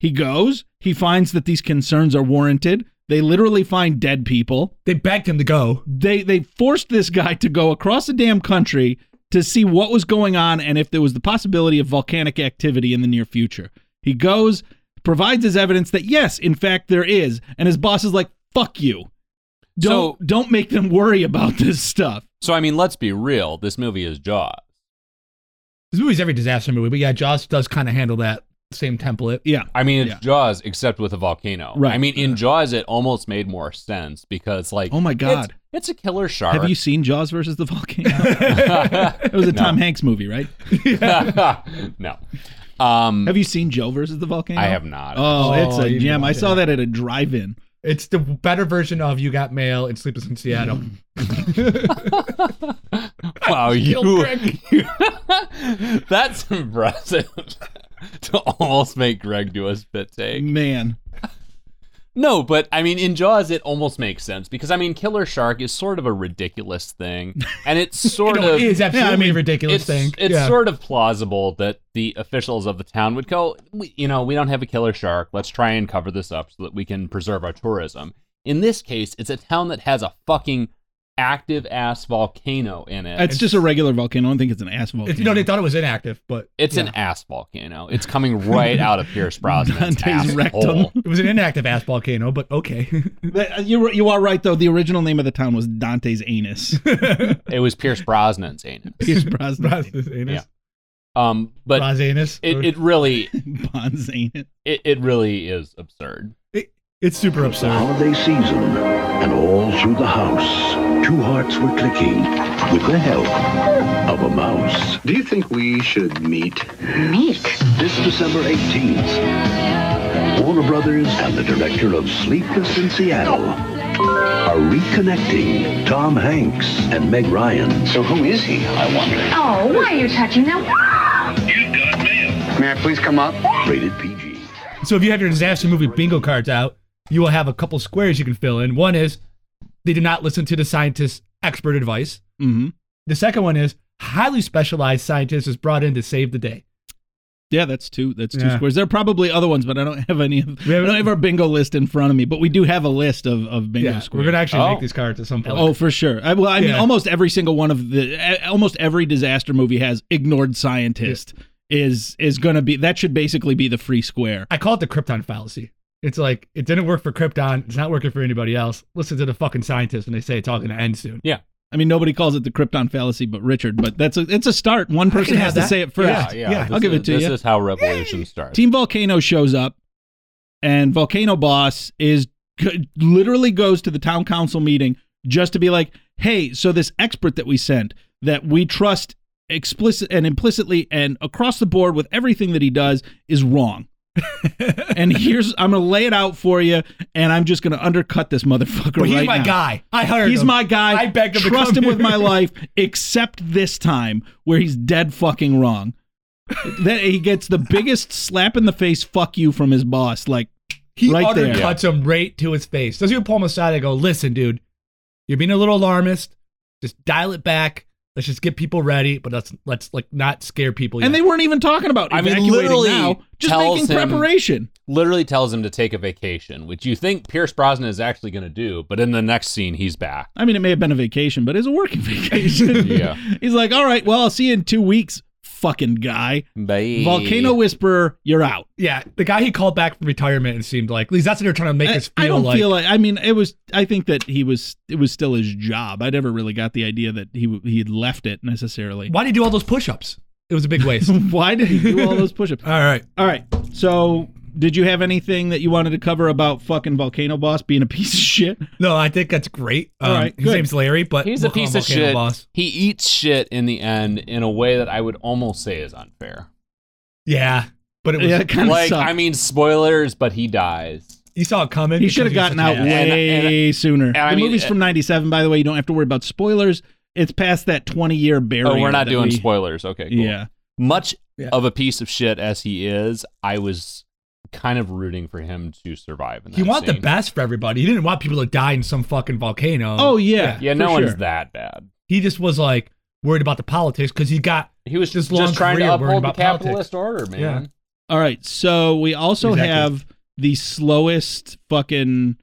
Speaker 2: He goes, he finds that these concerns are warranted. They literally find dead people.
Speaker 3: They begged him to go.
Speaker 2: They they forced this guy to go across the damn country to see what was going on and if there was the possibility of volcanic activity in the near future. He goes, provides his evidence that yes, in fact there is, and his boss is like, "Fuck you." Don't
Speaker 1: So-
Speaker 2: don't make them worry about this stuff.
Speaker 1: So, I mean, let's be real. This movie is Jaws.
Speaker 3: This movie's every disaster movie, but yeah, Jaws does kind of handle that same template.
Speaker 2: Yeah.
Speaker 1: I mean, it's
Speaker 2: Yeah.
Speaker 1: Jaws except with a volcano.
Speaker 2: Right.
Speaker 1: I mean, in Jaws, it almost made more sense because, like,
Speaker 2: Oh my
Speaker 1: it's-
Speaker 2: God.
Speaker 1: it's, a killer shark.
Speaker 2: Have
Speaker 1: [LAUGHS]
Speaker 2: you seen Jaws versus the volcano? it was a
Speaker 1: No.
Speaker 2: Tom Hanks movie, right?
Speaker 1: no. Um,
Speaker 2: Have you seen Joe versus the volcano?
Speaker 1: I have not.
Speaker 2: Oh, it's
Speaker 3: Oh,
Speaker 2: a
Speaker 3: you
Speaker 2: gem.
Speaker 3: know,
Speaker 2: I saw
Speaker 3: yeah.
Speaker 2: that at a drive-in.
Speaker 3: It's the better version of You Got Mail and Sleepless in Seattle.
Speaker 1: [LAUGHS] Mm. wow,
Speaker 3: Real
Speaker 1: you. [LAUGHS]
Speaker 3: quick.
Speaker 1: That's impressive. [LAUGHS] to almost make Greg do a spit take.
Speaker 2: Man,
Speaker 1: No, but I mean, in Jaws, it almost makes sense because I mean, killer shark is sort of a ridiculous thing, and
Speaker 3: [LAUGHS]
Speaker 1: it's sort
Speaker 3: No,
Speaker 1: of
Speaker 3: it is absolutely
Speaker 2: I mean,
Speaker 3: a ridiculous
Speaker 1: it's,
Speaker 3: thing.
Speaker 1: it's
Speaker 3: yeah.
Speaker 1: sort of plausible that the officials of the town would go, we, you know, we don't have a killer shark. Let's try and cover this up so that we can preserve our tourism. In this case, it's a town that has a fucking active ass volcano in it.
Speaker 2: It's just a regular volcano. I don't think it's an ass volcano.
Speaker 3: If you know, they thought it was inactive, but
Speaker 1: It's an ass volcano. It's coming right out of
Speaker 3: [LAUGHS]
Speaker 1: Pierce Brosnan's asshole.
Speaker 2: Dante's rectum.
Speaker 3: it was an inactive ass volcano. But okay, [LAUGHS]
Speaker 2: But, uh, You're, you are right, though. The original name of the town was Dante's
Speaker 3: [LAUGHS]
Speaker 2: Anus.
Speaker 1: It was Pierce Brosnan's anus.
Speaker 2: Pierce Brosnan.
Speaker 3: Anus.
Speaker 1: Um, but
Speaker 3: Bras anus.
Speaker 1: it, it really,
Speaker 2: Bond's Anus.
Speaker 1: it, it really is absurd.
Speaker 3: It- it's super absurd.
Speaker 10: Holiday season, and all through the house, two hearts were clicking with the help of a mouse. Do you think we should meet? Meet? This December 18th, Warner Brothers and the director of Sleepless in Seattle are reconnecting Tom Hanks and Meg Ryan. So who is he, I wonder?
Speaker 11: Oh, why are you touching them?
Speaker 10: May I please come up? Rated PG.
Speaker 3: So if you have your disaster movie bingo cards out, you will have a couple squares you can fill in. One is they did not listen to the scientist's expert advice.
Speaker 2: hmm
Speaker 3: The second one is highly specialized scientist is brought in to save the day.
Speaker 2: Yeah, that's two. That's two
Speaker 3: Yeah.
Speaker 2: squares. There are probably other ones, but I don't have any. Of,
Speaker 3: We
Speaker 2: I
Speaker 3: have-
Speaker 2: don't have our bingo list in front of me, but we do have a list of, of bingo
Speaker 3: Yeah,
Speaker 2: squares.
Speaker 3: we're gonna actually
Speaker 1: Oh.
Speaker 3: make these cards at some point.
Speaker 2: Oh, for sure. I, well, I mean,
Speaker 3: Yeah.
Speaker 2: almost every single one of the, a- almost every disaster movie has ignored scientist is is gonna be. That should basically be the free square.
Speaker 3: I call it the Krypton fallacy. It's like it didn't work for Krypton. It's not working for anybody else. Listen to the fucking scientists when they say it's all gonna end soon.
Speaker 2: I mean, nobody calls it the Krypton fallacy, but Richard. But that's a, it's a start. One person
Speaker 3: can
Speaker 2: has
Speaker 3: have
Speaker 2: to
Speaker 3: that.
Speaker 2: say it first.
Speaker 3: Yeah, yeah.
Speaker 2: I'll
Speaker 1: Uh, this
Speaker 2: give
Speaker 1: is-
Speaker 2: it to
Speaker 1: this
Speaker 2: you.
Speaker 1: is how revolution starts.
Speaker 2: Team Volcano shows up, and Volcano Boss is g- literally goes to the town council meeting just to be like, "Hey, so this expert that we sent that we trust explicit and implicitly and across the board with everything that he does is
Speaker 3: [LAUGHS]
Speaker 2: wrong." and here's I'm gonna lay it out for you, and I'm just gonna undercut this motherfucker.
Speaker 3: But he's
Speaker 2: right
Speaker 3: my
Speaker 2: now.
Speaker 3: guy. I hired
Speaker 2: He's
Speaker 3: him.
Speaker 2: my guy.
Speaker 3: I begged him to
Speaker 2: Trust
Speaker 3: come
Speaker 2: him with
Speaker 3: here.
Speaker 2: my life, except this time where he's dead fucking wrong. then he gets the biggest slap in the face fuck you from his boss. Like,
Speaker 3: He
Speaker 2: Right there.
Speaker 3: undercuts him right to his face. Doesn't even pull him aside and go, listen, dude, you're being a little alarmist. Just dial it back. Let's just get people ready, but let's let's like not scare people.
Speaker 2: and they
Speaker 3: yet.
Speaker 2: weren't even talking about
Speaker 1: I mean,
Speaker 2: evacuating
Speaker 1: literally
Speaker 2: now, just
Speaker 1: tells
Speaker 2: making
Speaker 1: him-
Speaker 2: preparation.
Speaker 1: Literally tells him to take a vacation, which you think Pierce Brosnan is actually going to do, but in the next scene he's back.
Speaker 2: I mean, it may have been a vacation, but it's a working [LAUGHS] vacation.
Speaker 1: Yeah.
Speaker 2: he's like, all right, well, I'll see you in two weeks, fucking guy.
Speaker 1: Bye.
Speaker 2: Volcano Whisperer, you're out.
Speaker 3: yeah, the guy he called back from retirement and seemed like at least that's what they're trying to make
Speaker 2: I,
Speaker 3: us feel
Speaker 2: I don't
Speaker 3: like.
Speaker 2: feel like. I mean, it was. I think that he was. It was still his job. I never really got the idea that he w- he had left it necessarily.
Speaker 3: Why did he do all those push-ups? It was a
Speaker 2: [LAUGHS]
Speaker 3: big waste. all
Speaker 2: Why did he do all those push-ups?
Speaker 3: right.
Speaker 2: [LAUGHS] all right. So, did you have anything that you wanted to cover about fucking Volcano Boss being a piece
Speaker 1: [LAUGHS]
Speaker 2: of shit?
Speaker 3: No, I think that's great. Um,
Speaker 2: All right,
Speaker 3: his
Speaker 2: good.
Speaker 3: name's Larry, but
Speaker 1: He's
Speaker 3: we'll
Speaker 1: a
Speaker 3: call him
Speaker 1: piece of
Speaker 3: Volcano
Speaker 1: shit.
Speaker 3: Boss.
Speaker 1: He eats shit in the end in a way that I would almost say is
Speaker 2: [LAUGHS]
Speaker 1: unfair.
Speaker 3: Yeah, but it was
Speaker 2: Yeah, [LAUGHS] it kind of
Speaker 1: Like, I mean, spoilers, but he dies.
Speaker 3: you saw it coming.
Speaker 2: he
Speaker 3: because
Speaker 2: should have
Speaker 3: was
Speaker 2: gotten
Speaker 3: such
Speaker 2: out
Speaker 3: an ass.
Speaker 2: way
Speaker 1: And-
Speaker 2: sooner. the
Speaker 1: I mean, uh,
Speaker 2: movie's from '97, by the way. You don't have to worry about spoilers. It's past that 20-year barrier.
Speaker 1: Oh, we're not
Speaker 2: that
Speaker 1: doing
Speaker 2: we-
Speaker 1: spoilers. Okay, cool.
Speaker 2: Yeah.
Speaker 1: Much
Speaker 3: Yeah.
Speaker 1: of a piece of shit as he is, I was kind of rooting for him to survive. In that
Speaker 3: He wanted the
Speaker 1: scene.
Speaker 3: best for everybody. He didn't want people to die in some fucking volcano.
Speaker 2: Oh yeah.
Speaker 1: Yeah,
Speaker 2: for
Speaker 1: no
Speaker 2: sure.
Speaker 1: one's that bad.
Speaker 3: he just was like worried about the politics because he got
Speaker 1: He was
Speaker 3: Just
Speaker 1: just,
Speaker 3: long
Speaker 1: trying
Speaker 3: career
Speaker 1: to
Speaker 3: worrying
Speaker 1: uphold the
Speaker 3: about politics.
Speaker 1: capitalist order, man.
Speaker 3: Yeah.
Speaker 2: All right. So we also
Speaker 3: Exactly.
Speaker 2: have the slowest fucking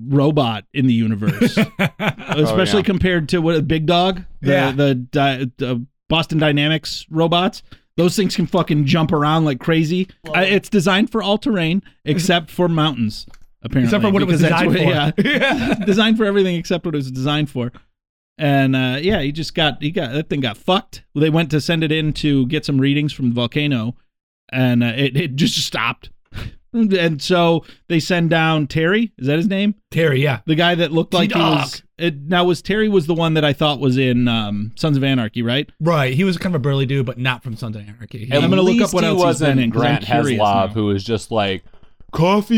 Speaker 2: robot in the
Speaker 3: [LAUGHS]
Speaker 2: universe, especially
Speaker 1: yeah.
Speaker 2: compared to what Big Dog, the
Speaker 3: Yeah.
Speaker 2: the, di- the Boston Dynamics robots. Those things can fucking jump around like crazy. I, it's designed for all terrain except for mountains, apparently.
Speaker 3: except for what it was
Speaker 2: because that's
Speaker 3: designed for.
Speaker 2: what- yeah.
Speaker 3: [LAUGHS]
Speaker 2: designed for everything except what it was designed for. And uh, yeah, he just got he got that thing got fucked. They went to send it in to get some readings from the volcano, and uh, it it just stopped. [LAUGHS] and so they send down Terry. Is that his name?
Speaker 3: Terry, yeah.
Speaker 2: The guy that looked like he was.
Speaker 3: T-Dog.
Speaker 2: It, now was Terry was the one that I thought was in um, Sons of Anarchy, right?
Speaker 3: Right. He was kind of a burly dude, but not from Sons of Anarchy. He-
Speaker 1: At
Speaker 2: I'm gonna look up
Speaker 1: least
Speaker 2: what
Speaker 1: he
Speaker 2: else he's
Speaker 1: wasn't
Speaker 2: been in, 'cause I'm
Speaker 1: Grant
Speaker 2: curious
Speaker 1: Heslov,
Speaker 2: now.
Speaker 1: who was just like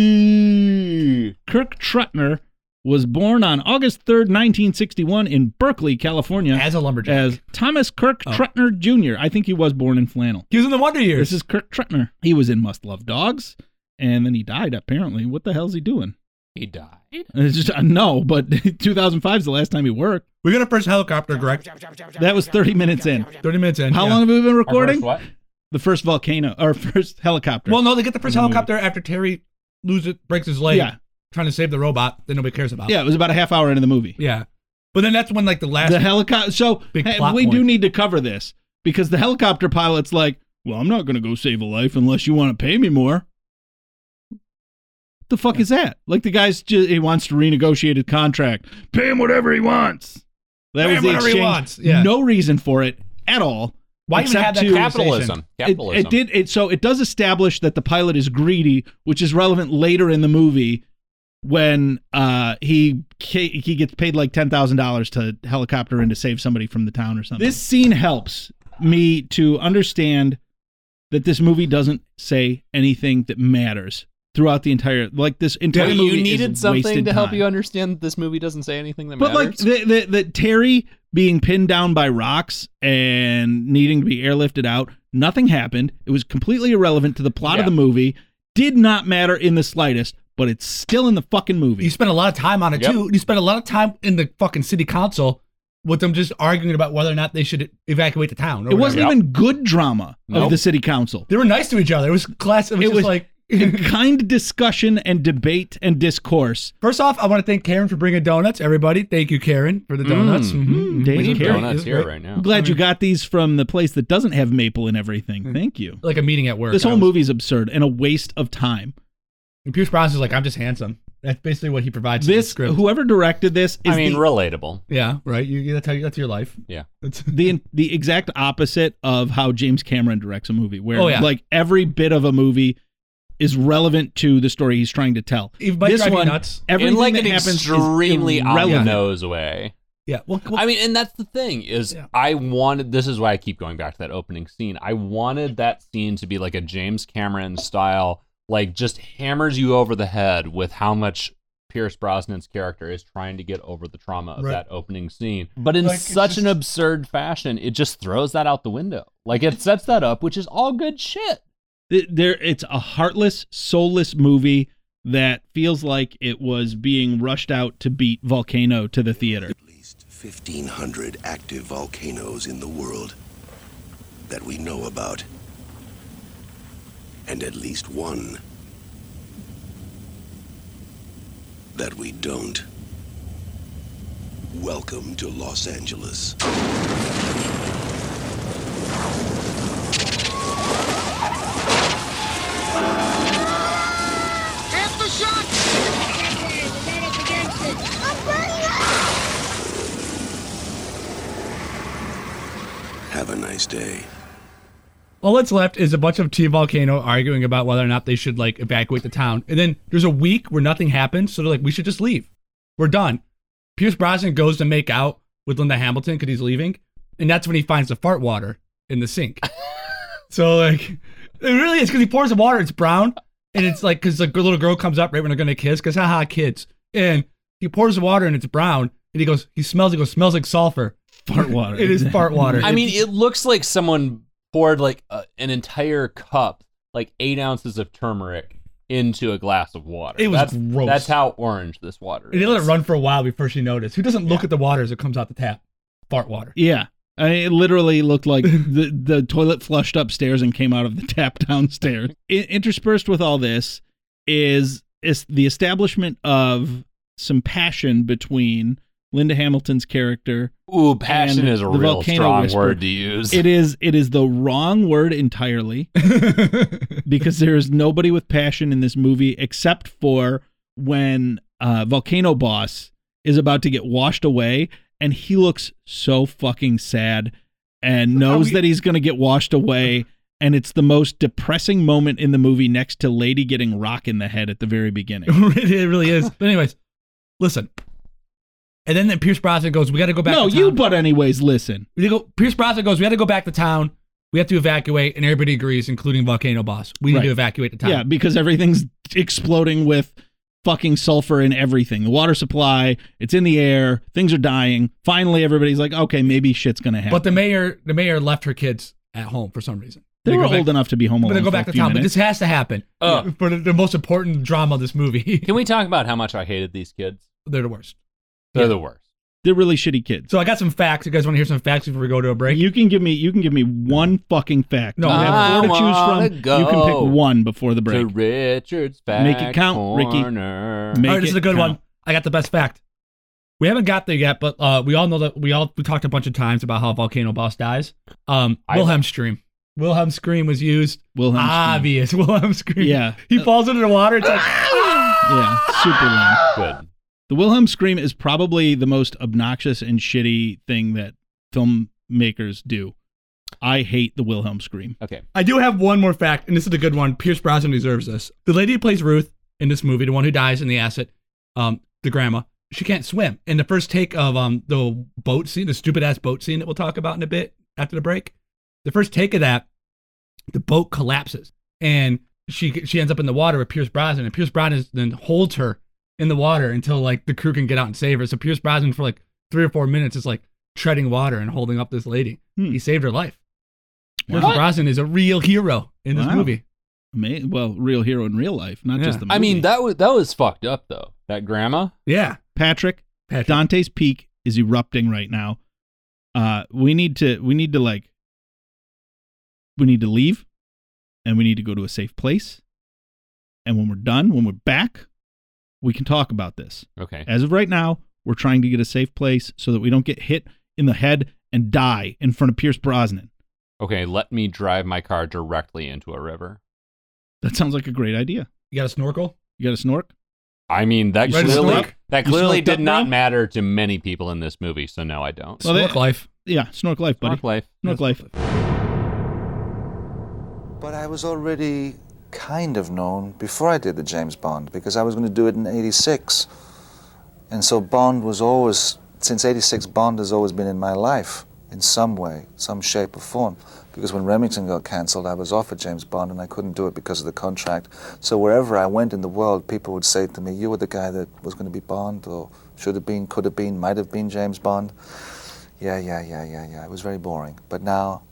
Speaker 1: coffee.
Speaker 2: Kirk Trutner was born on August third, 1961, in Berkeley, California,
Speaker 3: as Oh. a lumberjack.
Speaker 2: as Thomas Kirk Trutner Jr. I think he was born in flannel.
Speaker 3: he was in the Wonder Years.
Speaker 2: This is Kirk Trutner. He was in Must Love Dogs, and then he died. Apparently, what the hell's he doing? [LAUGHS]
Speaker 1: He died.
Speaker 2: It's just uh, no, but [LAUGHS] 2005 is the last time he worked.
Speaker 3: we got our first helicopter, Greg.
Speaker 2: That was 30 minutes in.
Speaker 3: 30 minutes in.
Speaker 2: How
Speaker 3: yeah.
Speaker 2: long have we been
Speaker 1: Our first
Speaker 2: recording?
Speaker 1: What?
Speaker 2: The first volcano, or [LAUGHS] first helicopter.
Speaker 3: Well, no, they get the first
Speaker 2: In the movie.
Speaker 3: helicopter after Terry loses, breaks his leg
Speaker 2: Yeah.
Speaker 3: trying to save the robot that nobody cares about.
Speaker 2: yeah, it was about a half hour into the movie.
Speaker 3: Yeah. But then that's when like the last
Speaker 2: the helicopter. So
Speaker 3: Big
Speaker 2: hey,
Speaker 3: plot
Speaker 2: we do
Speaker 3: point.
Speaker 2: need to cover this because the helicopter pilot's like, "Well, I'm not going to go save a life unless you want to pay me more." What the fuck is that? Like the guy's just, he wants to renegotiate a contract. Pay him whatever he wants. That
Speaker 3: Pay
Speaker 2: was
Speaker 3: him
Speaker 2: the
Speaker 3: whatever he
Speaker 2: exchange.
Speaker 3: wants, yeah.
Speaker 2: No reason for it at all.
Speaker 3: Why even
Speaker 2: except
Speaker 3: have that
Speaker 2: to-
Speaker 1: Capitalism.
Speaker 2: It,
Speaker 1: Capitalism.
Speaker 2: it did it so it does establish that the pilot is greedy, which is relevant later in the movie when uh he ca- he gets paid like ten thousand dollars to helicopter in to save somebody from the town or something. This scene helps me to understand that this movie doesn't say anything that matters throughout the entire like this entire
Speaker 1: Wait,
Speaker 2: movie
Speaker 1: you
Speaker 2: is
Speaker 1: needed something
Speaker 2: wasted
Speaker 1: to help
Speaker 2: time.
Speaker 1: you understand that this movie doesn't say anything that
Speaker 2: But like
Speaker 1: matters.
Speaker 2: the, the the Terry being pinned down by rocks and needing to be airlifted out, nothing happened. It was completely irrelevant to the plot of
Speaker 1: Yeah.
Speaker 2: the movie. Did not matter in the slightest, but it's still in the fucking movie.
Speaker 3: You spent a lot of time on it
Speaker 1: Yep.
Speaker 3: too. You spent a lot of time in the fucking city council with them just arguing about whether or not they should evacuate the town. or
Speaker 2: it wasn't
Speaker 3: whatever.
Speaker 2: even good drama of
Speaker 1: Nope.
Speaker 2: the city council.
Speaker 3: They were nice to each other. It was class. It was,
Speaker 2: It
Speaker 3: just
Speaker 2: was-
Speaker 3: like. [LAUGHS]
Speaker 2: kind discussion and debate and discourse.
Speaker 3: First off, I want to thank Karen for bringing donuts. Everybody, thank you, Karen, for the donuts.
Speaker 1: Mm.
Speaker 3: Mhm.
Speaker 2: Dave
Speaker 1: we need
Speaker 2: Carey
Speaker 1: donuts
Speaker 3: is
Speaker 1: here
Speaker 3: right.
Speaker 1: right now.
Speaker 2: I'm glad you got these from the place that doesn't have maple and
Speaker 1: Hmm.
Speaker 2: everything. Thank you.
Speaker 3: Like a meeting at work.
Speaker 2: This
Speaker 3: I
Speaker 2: whole
Speaker 3: was-
Speaker 2: movie is absurd and a waste of time.
Speaker 3: Pierce Brosnan's like, I'm just handsome. That's basically what he provides. to the
Speaker 2: This
Speaker 3: script.
Speaker 2: whoever directed this is
Speaker 1: I mean,
Speaker 2: the
Speaker 1: relatable.
Speaker 3: yeah, right. You that's how you, that's your life.
Speaker 1: Yeah.
Speaker 3: That's,
Speaker 2: the the exact opposite of how James Cameron directs a movie, where
Speaker 3: Oh, yeah.
Speaker 2: like every bit of a movie is relevant to the story he's trying to tell.
Speaker 3: It might
Speaker 2: this
Speaker 3: drive you
Speaker 2: one,
Speaker 3: nuts.
Speaker 2: everything
Speaker 1: in like
Speaker 2: that
Speaker 1: an
Speaker 2: happens is
Speaker 1: extremely on the
Speaker 2: irrelevant.
Speaker 1: nose way.
Speaker 3: yeah. Well, well,
Speaker 1: I mean, and that's the thing is,
Speaker 3: Yeah.
Speaker 1: I wanted. This is why I keep going back to that opening scene. I wanted that scene to be like a James Cameron style, like just hammers you over the head with how much Pierce Brosnan's character is trying to get over the trauma of
Speaker 3: Right.
Speaker 1: that opening scene. But in
Speaker 3: Like, it's
Speaker 1: such an
Speaker 3: just-
Speaker 1: absurd fashion, it just throws that out the window. Like it sets that up, which is all good shit.
Speaker 2: Th- There, it's a heartless, soulless movie that feels like it was being rushed out to beat Volcano to the theater.
Speaker 10: At least 1,500 active volcanoes in the world that we know about. And at least one that we don't. Welcome to Los Angeles. Have a nice day.
Speaker 3: all that's left is a bunch of Team Volcano arguing about whether or not they should like evacuate the town. And then there's a week where nothing happens, so they're like, we should just leave. We're done. Pierce Brosnan goes to make out with Linda Hamilton because he's leaving, and that's when he finds the fart water in the sink. so like, it really is because he pours the water. It's brown, and it's like because the little girl comes up right when they're gonna kiss because haha kids, and he pours the water and it's brown, and he goes, he smells, he goes, smells like sulfur.
Speaker 2: Fart water.
Speaker 3: [LAUGHS] It is fart water.
Speaker 1: I mean, it looks like someone poured like a, an entire cup, like eight ounces of turmeric, into a glass of water.
Speaker 3: It was
Speaker 1: that's,
Speaker 3: gross.
Speaker 1: That's how orange this water is.
Speaker 3: And they let it run for a while before she noticed. Who doesn't look at the water as it comes out the tap? Fart water.
Speaker 2: Yeah. I mean, it literally looked like the, the toilet flushed upstairs and came out of the tap [LAUGHS] downstairs. I- interspersed with all this is, is the establishment of some passion between Linda Hamilton's character.
Speaker 1: Ooh, passion
Speaker 2: And
Speaker 1: is a
Speaker 2: the
Speaker 1: real
Speaker 2: volcano
Speaker 1: strong
Speaker 2: whisper.
Speaker 1: word to use.
Speaker 3: [LAUGHS]
Speaker 2: It is it is the wrong word entirely because there is nobody with passion in this movie except for when uh, Volcano Boss is about to get washed away and he looks so fucking sad and knows
Speaker 3: we-
Speaker 2: that he's going to get washed away. And it's the most depressing moment in the movie next to Lady getting rock in the head at the very beginning.
Speaker 3: [LAUGHS] it really is. But anyways, listen. And then, then Pierce Brosnan goes, "We got to go [LAUGHS] back."
Speaker 2: no,
Speaker 3: to
Speaker 2: you,
Speaker 3: town."
Speaker 2: but anyways, listen.
Speaker 3: They go. Pierce Brosnan goes, "We got to go back to town. We have to evacuate." And everybody agrees, including Volcano Boss. We need
Speaker 2: Right.
Speaker 3: to evacuate the town.
Speaker 2: Yeah, because everything's exploding with fucking sulfur and everything. The water supply, it's in the air, things are dying. Finally, everybody's like, okay, maybe shit's gonna happen.
Speaker 3: But the mayor, the mayor left her kids at home for some reason.
Speaker 2: they, were
Speaker 3: go back-
Speaker 2: old enough to be home
Speaker 3: But
Speaker 2: alone.
Speaker 3: they go
Speaker 2: for
Speaker 3: back
Speaker 2: a
Speaker 3: to
Speaker 2: few
Speaker 3: town. But
Speaker 2: minutes.
Speaker 3: this has to happen.
Speaker 1: Oh.
Speaker 3: For the, the most important drama of this movie, [LAUGHS]
Speaker 1: Can we talk about how much I hated these kids?
Speaker 3: they're the worst.
Speaker 1: They're the worst.
Speaker 2: They're really shitty kids.
Speaker 3: So I got some facts. You guys want to hear some facts before we go to a break?
Speaker 2: You can give me you can give me one fucking fact.
Speaker 3: No,
Speaker 2: you
Speaker 1: I
Speaker 2: have four to
Speaker 1: wanna
Speaker 2: choose from. You can
Speaker 1: go
Speaker 2: pick one before
Speaker 1: To
Speaker 2: the break.
Speaker 1: Richard's back
Speaker 2: Make it count, Ricky.
Speaker 1: corner.
Speaker 2: Make
Speaker 3: All right, this
Speaker 2: it
Speaker 3: is a good
Speaker 2: count.
Speaker 3: one. I got the best fact. We haven't got there yet, but uh, we all know that we all we talked a bunch of times about how Volcano Boss dies. Um,
Speaker 1: I-
Speaker 3: Wilhelm scream. Wilhelm scream was used.
Speaker 2: Wilhelm scream.
Speaker 3: Obvious. [LAUGHS] Wilhelm scream.
Speaker 2: Yeah.
Speaker 3: He falls into the water. It's like
Speaker 2: Yeah, super lame.
Speaker 1: Good.
Speaker 2: The Wilhelm scream is probably the most obnoxious and shitty thing that filmmakers do. I hate the Wilhelm scream.
Speaker 1: Okay.
Speaker 3: I do have one more fact, and this is a good one. Pierce Brosnan deserves this. The lady who plays Ruth in this movie, the one who dies in the acid, um, the grandma, she can't swim. In the first take of um the boat scene, the stupid ass boat scene that we'll talk about in a bit after the break, the first take of that, the boat collapses and she she ends up in the water with Pierce Brosnan, and Pierce Brosnan then holds her in the water until like the crew can get out and save her. So Pierce Brosnan for like three or four minutes is like treading water and holding up this lady.
Speaker 2: Hmm.
Speaker 3: He saved her life. Pierce
Speaker 2: What?
Speaker 3: Brosnan is a real hero in this
Speaker 2: Wow.
Speaker 3: movie.
Speaker 2: Ama- well, real hero in real life, not just
Speaker 3: Yeah.
Speaker 2: the movie.
Speaker 1: I mean, that was that was fucked up though. That grandma.
Speaker 3: Yeah.
Speaker 2: Patrick,
Speaker 3: Patrick.
Speaker 2: Dante's Peak is erupting right now. Uh, we need to we need to like we need to leave, and we need to go to a safe place. And when we're done, when we're back, we can talk about this.
Speaker 1: Okay.
Speaker 2: As of right now, we're trying to get a safe place so that we don't get hit in the head and die in front of Pierce Brosnan.
Speaker 1: Okay. Let me drive my car directly into a river.
Speaker 2: That sounds like a great idea.
Speaker 3: You got a snorkel?
Speaker 2: You got a snork?
Speaker 1: I mean, that
Speaker 3: You smoked
Speaker 1: clearly
Speaker 3: up?
Speaker 1: that
Speaker 2: You
Speaker 1: clearly
Speaker 2: smoked up,
Speaker 1: did not
Speaker 2: bro?
Speaker 1: matter to many people in this movie, so no, I don't.
Speaker 2: Well, they-
Speaker 3: Snork life.
Speaker 2: Yeah, snork life, buddy.
Speaker 1: Snork life.
Speaker 2: Snork life.
Speaker 4: But I was already kind of known before I did the James Bond because I was going to do it in 86. And so Bond was always, since 86, Bond has always been in my life in some way, some shape or form. Because when Remington got cancelled, I was offered James Bond and I couldn't do it because of the contract. So wherever I went in the world, people would say to me, You were the guy that was going to be Bond, or should have been, could have been, might have been James Bond. Yeah, yeah, yeah, yeah, yeah. It was very boring. But now,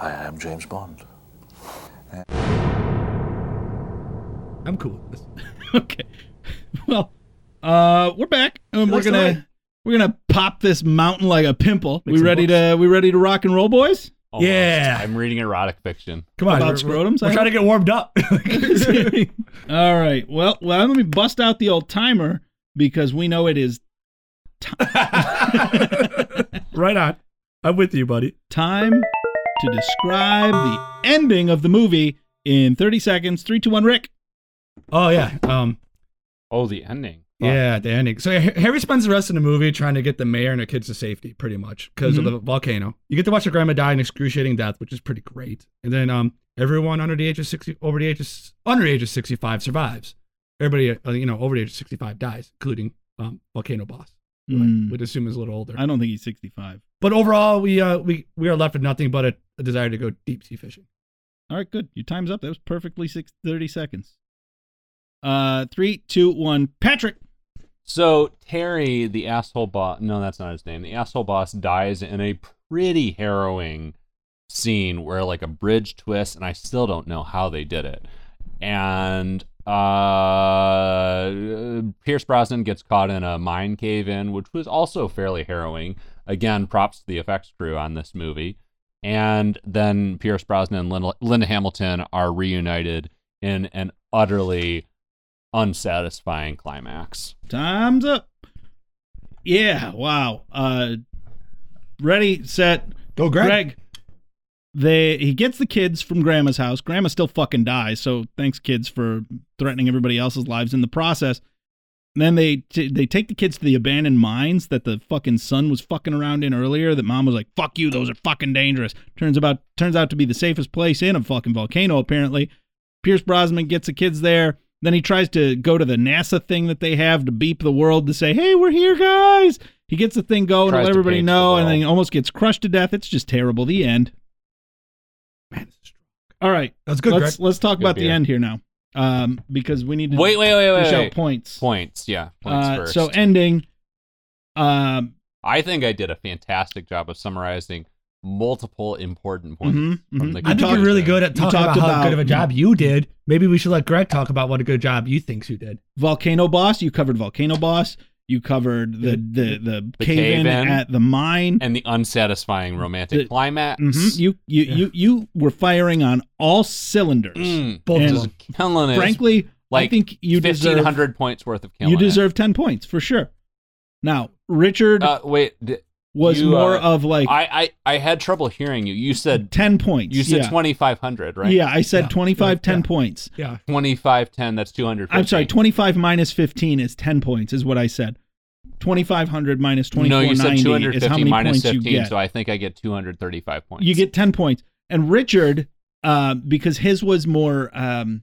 Speaker 4: I am James Bond.
Speaker 3: I'm cool with this.
Speaker 2: [LAUGHS] okay. Well, uh, we're back and we're
Speaker 3: looks
Speaker 2: gonna
Speaker 3: alright.
Speaker 2: we're gonna pop this mountain like a pimple. we
Speaker 3: some
Speaker 2: ready to we ready to rock and roll, boys?
Speaker 1: Almost.
Speaker 3: Yeah.
Speaker 1: I'm reading erotic fiction.
Speaker 3: Come on.
Speaker 2: About
Speaker 3: we're-
Speaker 2: scrotums, I
Speaker 3: We're
Speaker 2: hope?
Speaker 3: trying to get warmed up.
Speaker 2: All right. Well, well, let me bust out the old timer because we know it is
Speaker 3: [LAUGHS] right on. I'm with you, buddy.
Speaker 2: time to describe the ending of the movie in 30 seconds. Three, two, one. Rick.
Speaker 3: Oh yeah. Um
Speaker 1: Oh, the ending. Fuck.
Speaker 3: Yeah, the ending. So Ha- Harry spends the rest of the movie trying to get the mayor and her kids to safety, pretty much, because of the volcano. You get to watch your grandma die an excruciating death, which is pretty great. And then um, everyone under the age of sixty, over the age of s- under the age of sixty-five survives. Everybody, uh, you know, over the age of sixty-five dies, including um, volcano boss. who I
Speaker 2: Mm.
Speaker 3: Would assume is a little older.
Speaker 2: I don't think he's 65.
Speaker 3: But overall, we uh, we we are left with nothing but a, a desire to go deep sea fishing.
Speaker 2: All right, good. Your time's up. That was perfectly six, 30 seconds. Uh, three, two, one. Patrick.
Speaker 1: So Terry, the asshole boss. No, that's not his name. The asshole boss dies in a pretty harrowing scene where like a bridge twists, and I still don't know how they did it. And uh, Pierce Brosnan gets caught in a mine cave in, which was also fairly harrowing. Again, props to the effects crew on this movie. And then Pierce Brosnan and Linda, Linda Hamilton are reunited in an utterly unsatisfying climax.
Speaker 2: Time's up. Yeah. Wow. Uh, ready, set,
Speaker 3: Go,
Speaker 2: Greg. They he gets the kids from grandma's house. Grandma still fucking dies, so thanks kids for threatening everybody else's lives in the process. And then they t- they take the kids to the abandoned mines that the fucking son was fucking around in earlier. That mom was like, "Fuck you, those are fucking dangerous." Turns about turns out to be the safest place in a fucking volcano apparently. Pierce Brosnan gets the kids there. Then he tries to go to the NASA thing that they have to beep the world to say, "Hey, we're here, guys." He gets the thing going to
Speaker 1: Tries
Speaker 2: let
Speaker 1: to
Speaker 2: everybody
Speaker 1: page the
Speaker 2: know, and then
Speaker 1: world.
Speaker 2: he almost gets crushed to death. It's just terrible. The end.
Speaker 3: Man, this is-
Speaker 2: All right,
Speaker 3: that's good,
Speaker 2: let's
Speaker 3: Greg.
Speaker 2: let's talk
Speaker 1: Good
Speaker 2: about the
Speaker 1: beer.
Speaker 2: end here now, um, because we need to
Speaker 1: Wait, wait, wait, wait,
Speaker 2: dish out
Speaker 1: wait.
Speaker 2: points.
Speaker 1: Points, yeah. Points
Speaker 2: Uh,
Speaker 1: first.
Speaker 2: so ending. Um,
Speaker 1: I think I did a fantastic job of summarizing multiple important points.
Speaker 2: Mhm,
Speaker 1: from
Speaker 2: mhm.
Speaker 1: the
Speaker 2: I
Speaker 3: I
Speaker 2: You
Speaker 3: think
Speaker 1: conclusion.
Speaker 3: you're really good at
Speaker 2: you
Speaker 3: talking about,
Speaker 2: talked
Speaker 3: how good of a
Speaker 2: about-
Speaker 3: job you did. Maybe we should let Greg talk about what a good job you thinks you did.
Speaker 2: volcano boss. You covered volcano boss. You covered the the the,
Speaker 1: The
Speaker 2: cave,
Speaker 1: cave-in.
Speaker 2: in at the mine.
Speaker 1: and the unsatisfying romantic
Speaker 2: The-
Speaker 1: climax.
Speaker 2: Mhm. You you you you were firing on all cylinders.
Speaker 1: Mm,
Speaker 3: Both
Speaker 2: And
Speaker 3: of them.
Speaker 1: killing it.
Speaker 2: Frankly,
Speaker 1: like
Speaker 2: I think you deserve
Speaker 1: 1500 points worth of killing.
Speaker 2: you
Speaker 1: it.
Speaker 2: deserve ten points for sure. Now, Richard
Speaker 1: Uh, wait, d-
Speaker 2: was
Speaker 1: you,
Speaker 2: more
Speaker 1: uh,
Speaker 2: of like
Speaker 1: I, I I had trouble hearing you. You said
Speaker 2: 10 points.
Speaker 1: you said
Speaker 2: yeah.
Speaker 1: twenty five hundred, right?
Speaker 2: Yeah, I said
Speaker 3: Yeah.
Speaker 2: 25, 10
Speaker 3: Yeah.
Speaker 2: points.
Speaker 3: Yeah.
Speaker 1: twenty five ten. That's two hundred.
Speaker 2: I'm sorry, 25 minus 15 is 10 points, is what I said. 2,500 minus
Speaker 1: no, you said
Speaker 2: 2,490 is
Speaker 1: 250
Speaker 2: how many
Speaker 1: minus
Speaker 2: points you
Speaker 1: 15,
Speaker 2: get.
Speaker 1: so I think I get 235 points.
Speaker 2: You get 10 points. And Richard, uh, because his was more, um,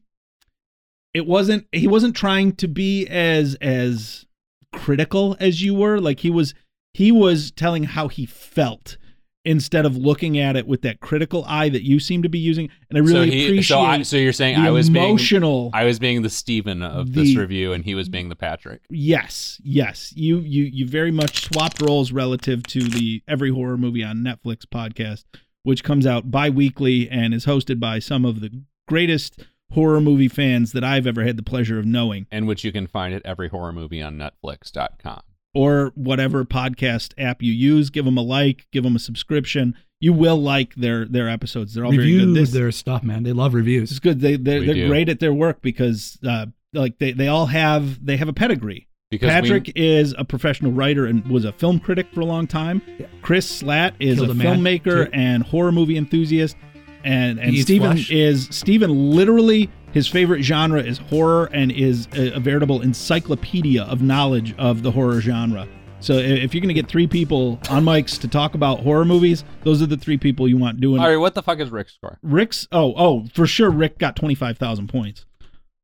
Speaker 2: it wasn't, he wasn't trying to be as, as critical as you were. Like he was, he was telling how he felt instead of looking at it with that critical eye that you seem to be using. And I really
Speaker 1: so he-
Speaker 2: appreciate
Speaker 1: so, I, so you're saying
Speaker 2: the
Speaker 1: I was
Speaker 2: emotional.
Speaker 1: being I was being the Steven of this
Speaker 2: The-
Speaker 1: review and he was being the Patrick.
Speaker 2: Yes, yes. You you you very much swapped roles relative to the Every Horror Movie on Netflix podcast, which comes out bi-weekly and is hosted by some of the greatest horror movie fans that I've ever had the pleasure of knowing
Speaker 1: And which you can find at every horror movie on Netflix.com.
Speaker 2: or whatever podcast app you use, give them a like, give them a subscription. You will like their their episodes. They're all very
Speaker 3: Review
Speaker 2: good. This,
Speaker 3: their stuff, man. They love
Speaker 2: this
Speaker 3: reviews.
Speaker 2: is good. They they're,
Speaker 1: We
Speaker 2: they're
Speaker 1: do.
Speaker 2: great at their work because uh like they they all have they have a pedigree.
Speaker 1: Because we-
Speaker 2: Patrick is a professional writer and was a film critic for a long time. Chris Slatt is
Speaker 3: Killed
Speaker 2: a
Speaker 3: a man,
Speaker 2: filmmaker
Speaker 3: too.
Speaker 2: and horror movie enthusiast. And and
Speaker 3: He eats
Speaker 2: Steven
Speaker 3: flesh.
Speaker 2: is Steven literally his favorite genre is horror and is a, a veritable encyclopedia of knowledge of the horror genre. So i- if you're going to get three people on mics to talk about horror movies, those are the three people you want doing.
Speaker 1: All right, what the fuck is Rick's score?
Speaker 2: Rick's oh oh for sure Rick got 25,000 points.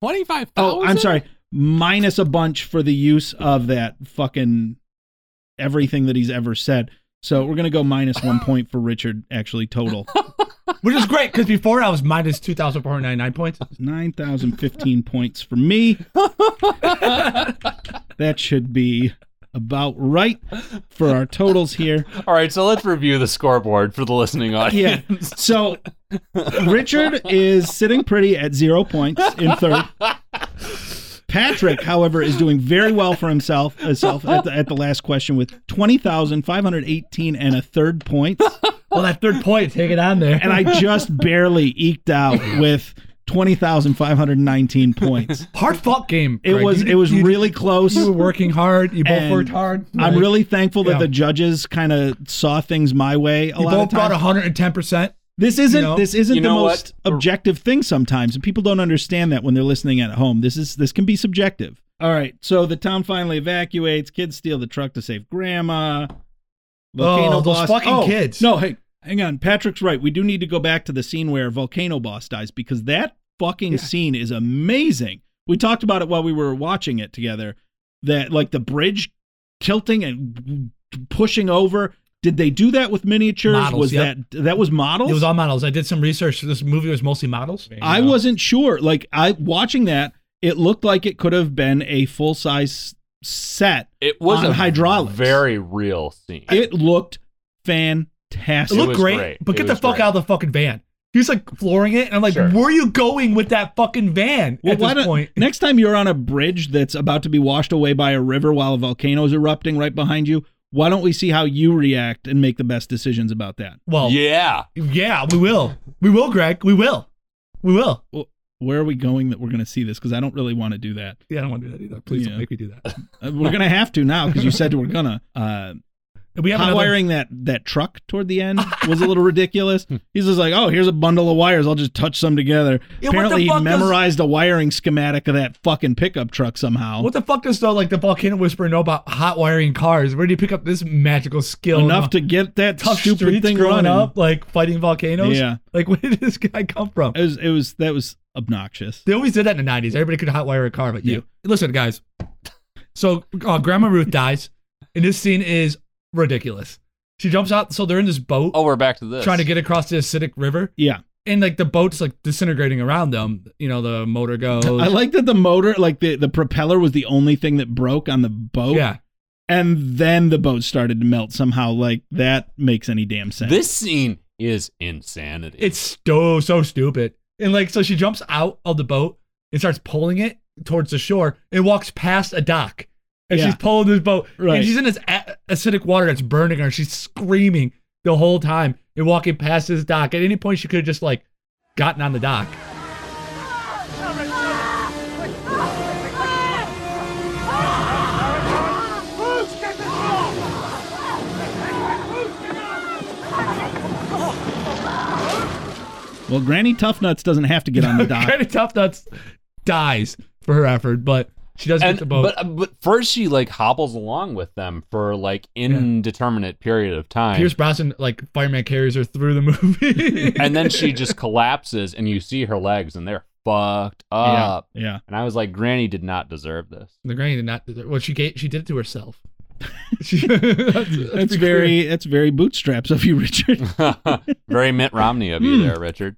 Speaker 1: 25,000?
Speaker 2: Oh, I'm sorry. Minus a bunch for the use of that fucking everything that he's ever said. So we're gonna go minus one point for Richard actually total.
Speaker 3: Which is great because before I was minus 2,499 points.
Speaker 2: Nine thousand fifteen points for me. that should be about right for our totals here.
Speaker 1: All right, so let's review the scoreboard for the listening
Speaker 2: Yeah.
Speaker 1: audience.
Speaker 2: So Richard is sitting pretty at zero points in third. Patrick, however, is doing very well for himself, himself at, the, at the last question with 20,518 and a third point.
Speaker 3: Well, that third point, take it on there.
Speaker 2: And I just barely eked out with 20,519 points.
Speaker 3: hard fought game.
Speaker 2: It
Speaker 3: Greg.
Speaker 2: was
Speaker 3: You-
Speaker 2: it was
Speaker 3: you-
Speaker 2: really close.
Speaker 3: You were working hard. You both
Speaker 2: and
Speaker 3: worked hard.
Speaker 2: I'm
Speaker 3: Like,
Speaker 2: really thankful that
Speaker 3: Yeah.
Speaker 2: the judges kind of saw things my way a lot of
Speaker 3: You both
Speaker 2: times.
Speaker 3: brought 110. percent
Speaker 2: This isn't
Speaker 3: You know?
Speaker 2: this isn't
Speaker 1: You
Speaker 2: the
Speaker 1: know
Speaker 2: most
Speaker 1: what?
Speaker 2: objective thing sometimes, and people don't understand that when they're listening at home. This is this can be subjective. All right, so the town finally evacuates. Kids steal the truck to save grandma. Volcano
Speaker 3: Oh, those
Speaker 2: boss.
Speaker 3: fucking
Speaker 2: oh,
Speaker 3: kids.
Speaker 2: No, hey, hang on. Patrick's right. We do need to go back to the scene where Volcano Boss dies because that fucking scene is amazing. We talked about it while we were watching it together. That like the bridge tilting and pushing over. Did they do that with miniatures?
Speaker 3: Models,
Speaker 2: was
Speaker 3: yep.
Speaker 2: that that was models?
Speaker 3: It was all models. I did some research. This movie was mostly models.
Speaker 2: I wasn't sure. Like I watching that, it looked like it could have been a full size set.
Speaker 1: It was
Speaker 2: On
Speaker 1: a
Speaker 2: hydraulics.
Speaker 1: very real scene.
Speaker 2: It looked
Speaker 3: It
Speaker 2: fantastic.
Speaker 1: It
Speaker 3: looked
Speaker 1: was
Speaker 3: great,
Speaker 1: great.
Speaker 3: but
Speaker 1: It
Speaker 3: get the
Speaker 1: was
Speaker 3: fuck
Speaker 1: great.
Speaker 3: out of the fucking van. He was like flooring it, and I'm like,
Speaker 1: Sure.
Speaker 3: where are you going with that fucking van
Speaker 2: Well,
Speaker 3: at
Speaker 2: why
Speaker 3: this
Speaker 2: don't-
Speaker 3: point?
Speaker 2: next time you're on a bridge that's about to be washed away by a river while a volcano is erupting right behind you, why don't we see how you react and make the best decisions about that?
Speaker 3: Well, yeah.
Speaker 1: yeah.
Speaker 3: we will. We will, Greg. We will. We will.
Speaker 2: Well, where are we going that we're going to see this? Because I don't really want to do that.
Speaker 3: Yeah, I don't want to do that either. Please
Speaker 2: Yeah.
Speaker 3: don't make me do that.
Speaker 2: Uh, We're going to have to now because you said we're going to. Uh,
Speaker 3: And we have
Speaker 2: hot
Speaker 3: another-
Speaker 2: wiring that that truck toward the end was a little ridiculous.
Speaker 3: Hmm.
Speaker 2: He's just like, oh, here's a bundle of wires. I'll just touch some together.
Speaker 3: Yeah, what the
Speaker 2: Apparently, he
Speaker 3: fuck does-
Speaker 2: memorized a wiring schematic of that fucking pickup truck somehow.
Speaker 3: What the fuck does though like the volcano whisperer know about hot wiring cars? Where do you pick up this magical skill?
Speaker 2: Enough to get that
Speaker 3: tough
Speaker 2: stupid
Speaker 3: streets
Speaker 2: thing
Speaker 3: growing
Speaker 2: running.
Speaker 3: up, like fighting volcanoes.
Speaker 2: Yeah.
Speaker 3: Like [LAUGHS] where did this guy come from?
Speaker 2: It was it was that was
Speaker 3: [LAUGHS]
Speaker 2: obnoxious.
Speaker 3: They always did that in the 90s. Everybody could hotwire a car but you. Listen, guys. So uh, Grandma Ruth dies, and this scene is ridiculous. She jumps out. So they're in this boat
Speaker 1: Oh, we're back to this.
Speaker 3: trying to get across the acidic river,
Speaker 2: Yeah,
Speaker 3: and like the boat's like disintegrating around them. You know, the motor goes.
Speaker 2: I like that the motor, like the the propeller, was the only thing that broke on the boat.
Speaker 3: yeah.
Speaker 2: and then the boat started to melt somehow. Like that makes any damn sense.
Speaker 1: This scene is insanity.
Speaker 3: It's so, so stupid. And like, so she jumps out of the boat and starts pulling it towards the shore and walks past a dock. And
Speaker 2: Yeah.
Speaker 3: she's pulling this boat.
Speaker 2: Right.
Speaker 3: And she's in this a- acidic water that's burning her. She's screaming the whole time and walking past this dock. At any point, she could have just like gotten on the dock.
Speaker 7: Let's get this
Speaker 2: Well, Granny Toughnuts doesn't have to get on the
Speaker 3: [LAUGHS]
Speaker 2: dock.
Speaker 3: Granny Tough Nuts dies for her effort, but she does get the
Speaker 1: And
Speaker 3: boat.
Speaker 1: but uh, but first she like hobbles along with them for like indeterminate period of time.
Speaker 3: Pierce Brosnan, like fireman, carries her through the movie.
Speaker 1: [LAUGHS]
Speaker 3: [LAUGHS]
Speaker 1: and then she just collapses and you see her legs and they're fucked up.
Speaker 2: yeah.
Speaker 1: And I was like, Granny did not deserve this. [LAUGHS]
Speaker 3: the granny did not. Well, she gave, she did it
Speaker 2: [LAUGHS]
Speaker 3: to herself. [LAUGHS] She- [LAUGHS] that's, that's
Speaker 2: That's
Speaker 3: pretty
Speaker 2: very that's very bootstraps of you, [LAUGHS] Richard.
Speaker 1: Very Mitt Romney of
Speaker 2: Hmm.
Speaker 1: you there, Richard.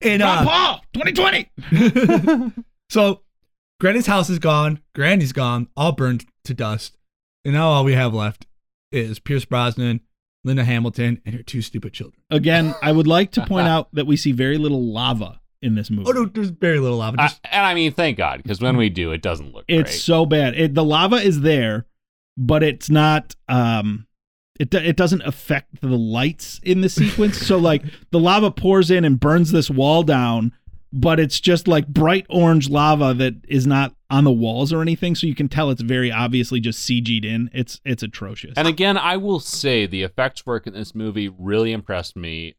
Speaker 3: clear. And,
Speaker 2: Ron
Speaker 3: uh,
Speaker 2: Paul, 2020.
Speaker 3: so, Granny's house is gone. Granny's gone, all burned to dust. And now all we have left is Pierce Brosnan, Linda Hamilton, and her two stupid children.
Speaker 2: Again, I would like to point out that we see very little lava in this movie.
Speaker 3: Oh no, there's very little lava.
Speaker 1: I,
Speaker 3: Just,
Speaker 1: and I mean, thank God, because when we do, it doesn't look
Speaker 2: It's so bad. It, the lava is there, but it's not. Um, it do- it doesn't affect the lights in the sequence.
Speaker 3: [LAUGHS]
Speaker 2: so like the lava pours in and burns this wall down, but it's just like bright orange lava that is not on the walls or anything. So you can tell it's very obviously just CG'd in. It's it's atrocious.
Speaker 1: great. And again, I will say the effects work in this movie really impressed me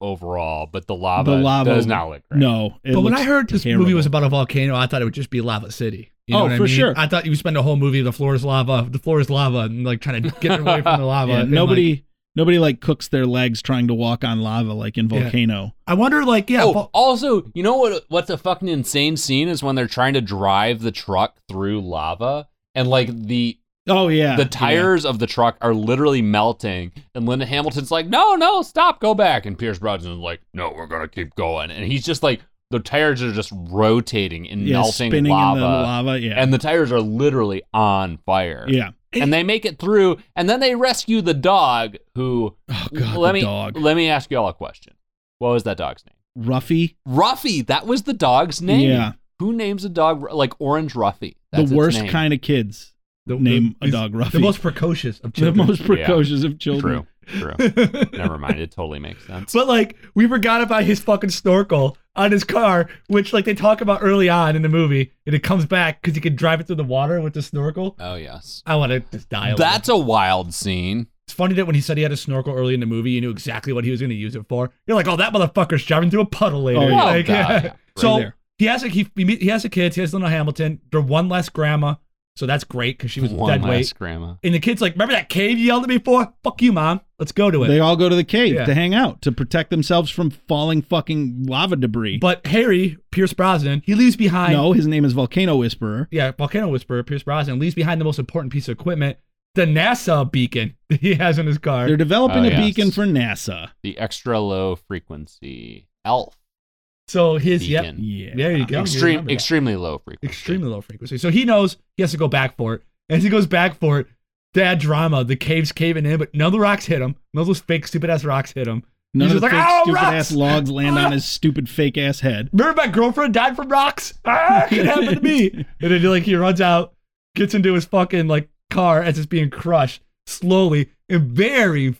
Speaker 1: overall, but the lava,
Speaker 2: the lava
Speaker 1: does not look great.
Speaker 2: No, it
Speaker 3: but when
Speaker 2: looks
Speaker 3: I heard this
Speaker 2: terrible.
Speaker 3: movie was about a volcano, I thought it would just be Lava City. You know
Speaker 2: Oh,
Speaker 3: what I
Speaker 2: for
Speaker 3: mean?
Speaker 2: sure.
Speaker 3: I thought you would spend a whole movie the floor is lava, the floor is lava, and like trying to get
Speaker 2: [LAUGHS]
Speaker 3: away from the lava.
Speaker 2: Yeah,
Speaker 3: and,
Speaker 2: nobody.
Speaker 3: like,
Speaker 2: Nobody like cooks their legs trying to walk on lava like in
Speaker 3: Yeah.
Speaker 2: volcano.
Speaker 3: I wonder, like, yeah,
Speaker 1: Oh,
Speaker 3: vol-
Speaker 1: also, you know what? What's a fucking insane scene is when they're trying to drive the truck through lava, and like the
Speaker 2: Oh
Speaker 1: [LAUGHS]
Speaker 2: yeah,
Speaker 1: the
Speaker 2: yeah.
Speaker 1: tires of the truck are literally melting, and Linda Hamilton's like, "No, no, stop, go back," and Pierce Brosnan's like, "No, we're gonna keep going," and he's just like, the tires are just rotating and
Speaker 2: Yeah,
Speaker 1: melting
Speaker 2: spinning
Speaker 1: lava,
Speaker 2: in the lava. Yeah,
Speaker 1: and the tires are literally on fire.
Speaker 2: yeah.
Speaker 1: and they make it through, and then they rescue the dog. Who?
Speaker 2: Oh god,
Speaker 1: let
Speaker 2: the
Speaker 1: me
Speaker 2: dog.
Speaker 1: let me ask y'all a question. What was that dog's name?
Speaker 2: Ruffy.
Speaker 1: Ruffy, that was the dog's name.
Speaker 2: Yeah.
Speaker 1: Who names a dog Ru- like Orange Ruffy? That's
Speaker 2: the
Speaker 1: its
Speaker 2: worst
Speaker 1: name.
Speaker 2: kind of kids
Speaker 3: the,
Speaker 2: name
Speaker 3: the-
Speaker 2: a dog Ruffy.
Speaker 3: the most precocious of
Speaker 2: The
Speaker 3: children. [LAUGHS]
Speaker 2: most precocious of children.
Speaker 1: True. True. Never mind. It totally
Speaker 2: [LAUGHS]
Speaker 1: makes sense.
Speaker 3: But like we forgot about his fucking snorkel on his car, which like they talk about early on in the movie, and it comes back because he could drive it through the water with the snorkel.
Speaker 1: Oh yes.
Speaker 3: I want to just die. a little.
Speaker 1: That's a wild scene.
Speaker 3: it's funny that when he said he had a snorkel early in the movie, you knew exactly what he was going to use it for. You're like, oh, that motherfucker's driving through a puddle later.
Speaker 2: Oh, yeah.
Speaker 3: Like,
Speaker 1: Oh, God, yeah.
Speaker 3: So
Speaker 2: there.
Speaker 3: he has a, he, he has a kid. He has Linda Hamilton. They're one less grandma, so that's great because she was
Speaker 1: One
Speaker 3: dead
Speaker 1: last
Speaker 3: weight.
Speaker 1: grandma.
Speaker 3: And the kid's like, remember that cave you yelled at me for? Fuck you, mom. Let's go to it.
Speaker 2: They all go to the cave
Speaker 3: Yeah.
Speaker 2: to hang out to protect themselves from falling fucking lava debris.
Speaker 3: But Harry Pierce Brosnan, he leaves behind.
Speaker 2: no, his name is Volcano Whisperer.
Speaker 3: yeah, Volcano Whisperer, Pierce Brosnan leaves behind the most important piece of equipment, the NASA beacon [LAUGHS] that he has in his car.
Speaker 2: They're developing
Speaker 1: Oh,
Speaker 2: a
Speaker 1: yes.
Speaker 2: beacon for NASA.
Speaker 1: The extra low frequency elf
Speaker 3: So his yeah,
Speaker 1: beacon.
Speaker 2: Yeah.
Speaker 3: there you go. You
Speaker 1: Extreme,
Speaker 3: remember that.
Speaker 1: extremely low frequency.
Speaker 3: extremely low frequency. So he knows he has to go back for it. As he goes back for it, dad drama, the cave's caving in, but none of the rocks hit him. None of those fake stupid ass rocks hit him.
Speaker 2: None
Speaker 3: He's
Speaker 2: of the
Speaker 3: just
Speaker 2: fake
Speaker 3: like, "Oh,
Speaker 2: stupid
Speaker 3: rocks!"
Speaker 2: ass logs land
Speaker 3: [LAUGHS]
Speaker 2: on his stupid fake ass head.
Speaker 3: Remember my girlfriend died from rocks? Ah, it could happen to me. And then he, like he runs out, gets into his fucking like car as it's being crushed slowly and very,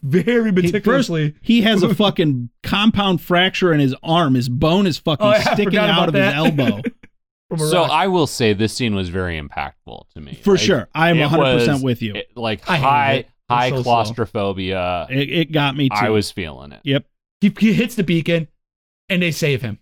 Speaker 2: He-
Speaker 3: very
Speaker 2: First,
Speaker 3: meticulously.
Speaker 2: he has
Speaker 3: [LAUGHS]
Speaker 2: a fucking compound fracture in his arm. His bone is fucking
Speaker 3: Oh, yeah, I
Speaker 2: sticking
Speaker 3: forgot
Speaker 2: out
Speaker 3: about
Speaker 2: of
Speaker 3: that.
Speaker 2: his elbow.
Speaker 3: [LAUGHS] from a
Speaker 1: So
Speaker 3: rock.
Speaker 1: I will say this scene was very impactful to me.
Speaker 2: For
Speaker 1: Like,
Speaker 2: sure. I am
Speaker 1: it
Speaker 2: 100%
Speaker 1: was-
Speaker 2: with you. It,
Speaker 1: it- like
Speaker 3: I hated
Speaker 1: high
Speaker 3: it. It was
Speaker 1: high
Speaker 3: so slow.
Speaker 1: claustrophobia.
Speaker 2: it got me too.
Speaker 1: I was feeling it.
Speaker 2: Yep.
Speaker 3: he, he hits the beacon and they save him.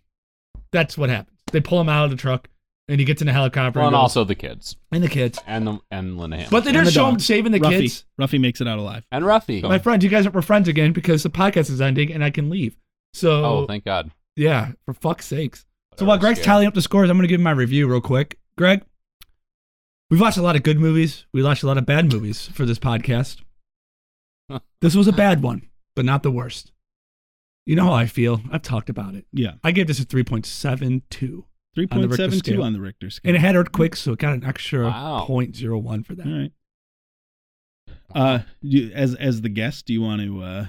Speaker 3: That's what happens. They pull him out of the truck and he gets in a helicopter
Speaker 1: Well,
Speaker 3: and,
Speaker 1: and
Speaker 3: goes-
Speaker 1: also the kids
Speaker 3: and the kids.
Speaker 1: and the and Linda Hamilton.
Speaker 3: But they
Speaker 2: And
Speaker 3: didn't
Speaker 2: the
Speaker 3: show
Speaker 2: dog.
Speaker 3: him saving the
Speaker 2: Ruffy.
Speaker 3: kids.
Speaker 2: Ruffy makes it out alive.
Speaker 1: and Ruffy.
Speaker 3: My friends, you guys are friends again because the podcast is ending and I can leave. So
Speaker 1: oh, thank God.
Speaker 3: yeah, for fuck's sakes. So while Greg's
Speaker 1: Whatever, Scary.
Speaker 3: tallying up the scores, I'm going to give my review real quick. Greg, we've watched a lot of good movies. We watched a lot of bad movies for this podcast. this was a bad one, but not the worst. You know how I feel. I've talked about it.
Speaker 2: Yeah.
Speaker 3: I gave this a 3.72,
Speaker 2: Three
Speaker 3: On the
Speaker 2: point
Speaker 3: Richter
Speaker 2: seven two
Speaker 3: scale.
Speaker 2: on the Richter scale.
Speaker 3: and it had earthquakes, so it got an extra
Speaker 1: Wow.
Speaker 3: 0.01 for that.
Speaker 2: All right. Uh, you, as as the guest, do you want to? uh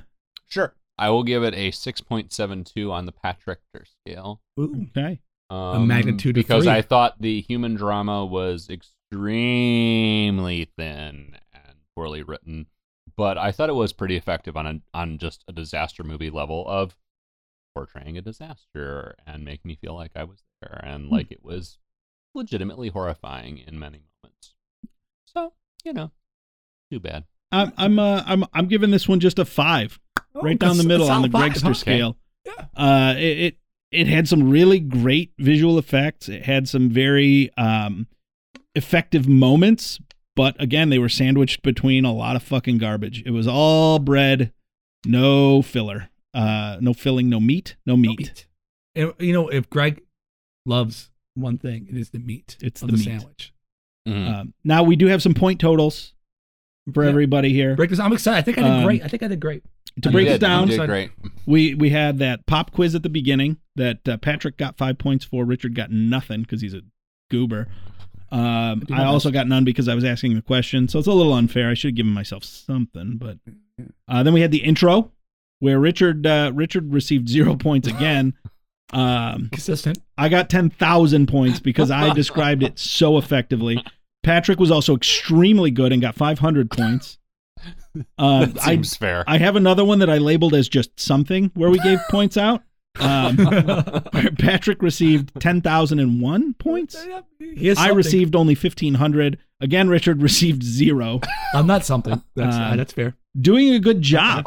Speaker 1: Sure. I will give it a 6.72 on the Patrick Richter scale.
Speaker 3: Ooh.
Speaker 2: Okay.
Speaker 1: Um,
Speaker 3: magnitude of
Speaker 1: Because
Speaker 3: three.
Speaker 1: I thought the human drama was extremely thin and poorly written, but I thought it was pretty effective on a, on just a disaster movie level of portraying a disaster and making me feel like I was there
Speaker 3: Hmm.
Speaker 1: and like it was legitimately horrifying in many moments. So, you know, too bad.
Speaker 2: I'm I'm uh, I'm I'm giving this one just a five,
Speaker 3: Oh,
Speaker 2: right down the
Speaker 3: that's-
Speaker 2: middle
Speaker 3: that's
Speaker 2: on the
Speaker 3: all five,
Speaker 2: Gregster
Speaker 3: huh?
Speaker 2: scale. Uh, it, it it had some really great visual effects. It had some very um, effective moments, but again, they were sandwiched between a lot of fucking garbage. It was all bread, no filler, uh, no filling, no meat, no meat.
Speaker 3: And, you know, if Greg loves one thing, it is the meat.
Speaker 2: It's
Speaker 3: of
Speaker 2: the
Speaker 3: the,
Speaker 2: meat.
Speaker 3: sandwich. Uh,
Speaker 1: Mhm.
Speaker 2: Um, now we do have some point totals for
Speaker 3: Yeah.
Speaker 2: everybody here
Speaker 3: Break this. I'm excited. I think I did
Speaker 2: Um,
Speaker 3: great. I think I did great.
Speaker 2: to
Speaker 1: You
Speaker 2: break
Speaker 1: did.
Speaker 2: it down.
Speaker 1: You did
Speaker 3: so-
Speaker 1: great.
Speaker 2: We we had that pop quiz at the beginning that uh, Patrick got five points for. Richard got nothing because he's a goober. Um,
Speaker 3: do my
Speaker 2: I also got none because I was asking the question, so it's a little unfair. I should have given myself something, but uh, then we had the intro where Richard uh, Richard received zero [LAUGHS] points again. um,
Speaker 3: Consistent.
Speaker 2: I got ten thousand points
Speaker 1: [LAUGHS]
Speaker 2: because I described it so effectively. Patrick was also extremely good and got five hundred
Speaker 1: [LAUGHS]
Speaker 2: points. Um,
Speaker 1: That
Speaker 2: I
Speaker 1: seems fair.
Speaker 2: I have another one that I labeled as just something where we gave points out.
Speaker 3: [LAUGHS]
Speaker 2: Um, Patrick received 10,001 points.
Speaker 3: He has
Speaker 2: I
Speaker 3: something.
Speaker 2: received only 1,500. Again, Richard [LAUGHS] received zero.
Speaker 3: I'm
Speaker 2: [LAUGHS]
Speaker 3: not something. That's,
Speaker 2: Um,
Speaker 3: uh, that's fair.
Speaker 2: Doing a good job.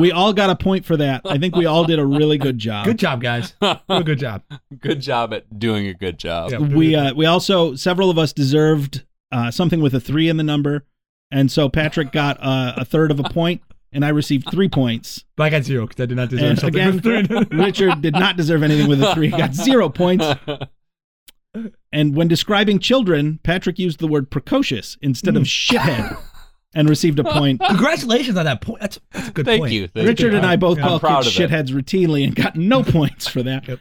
Speaker 2: We all got a point for that. I think we all did a really good job.
Speaker 3: Good
Speaker 2: [LAUGHS]
Speaker 3: job, guys. Real good job.
Speaker 1: good job at doing a good job. [LAUGHS]
Speaker 3: Yeah.
Speaker 2: We uh, we also several of us deserved uh, something with a three in the number, and so Patrick got uh, a third of a point, and I received three points.
Speaker 3: But I got zero because I did not deserve
Speaker 2: And
Speaker 3: something. [LAUGHS]
Speaker 2: again, Richard did not deserve anything with a three. He got zero points. And when describing children, Patrick used the word precocious instead
Speaker 3: Hmm.
Speaker 2: of shithead and received a point.
Speaker 3: Congratulations on that point. That's, [LAUGHS] that's a good
Speaker 1: Thank
Speaker 3: point.
Speaker 1: you. Thank
Speaker 2: Richard
Speaker 1: you.
Speaker 2: and I both
Speaker 1: I'm
Speaker 2: call
Speaker 1: proud
Speaker 2: kids
Speaker 1: of it.
Speaker 2: shitheads routinely and got no points for
Speaker 3: [LAUGHS]
Speaker 2: that.
Speaker 3: Yep.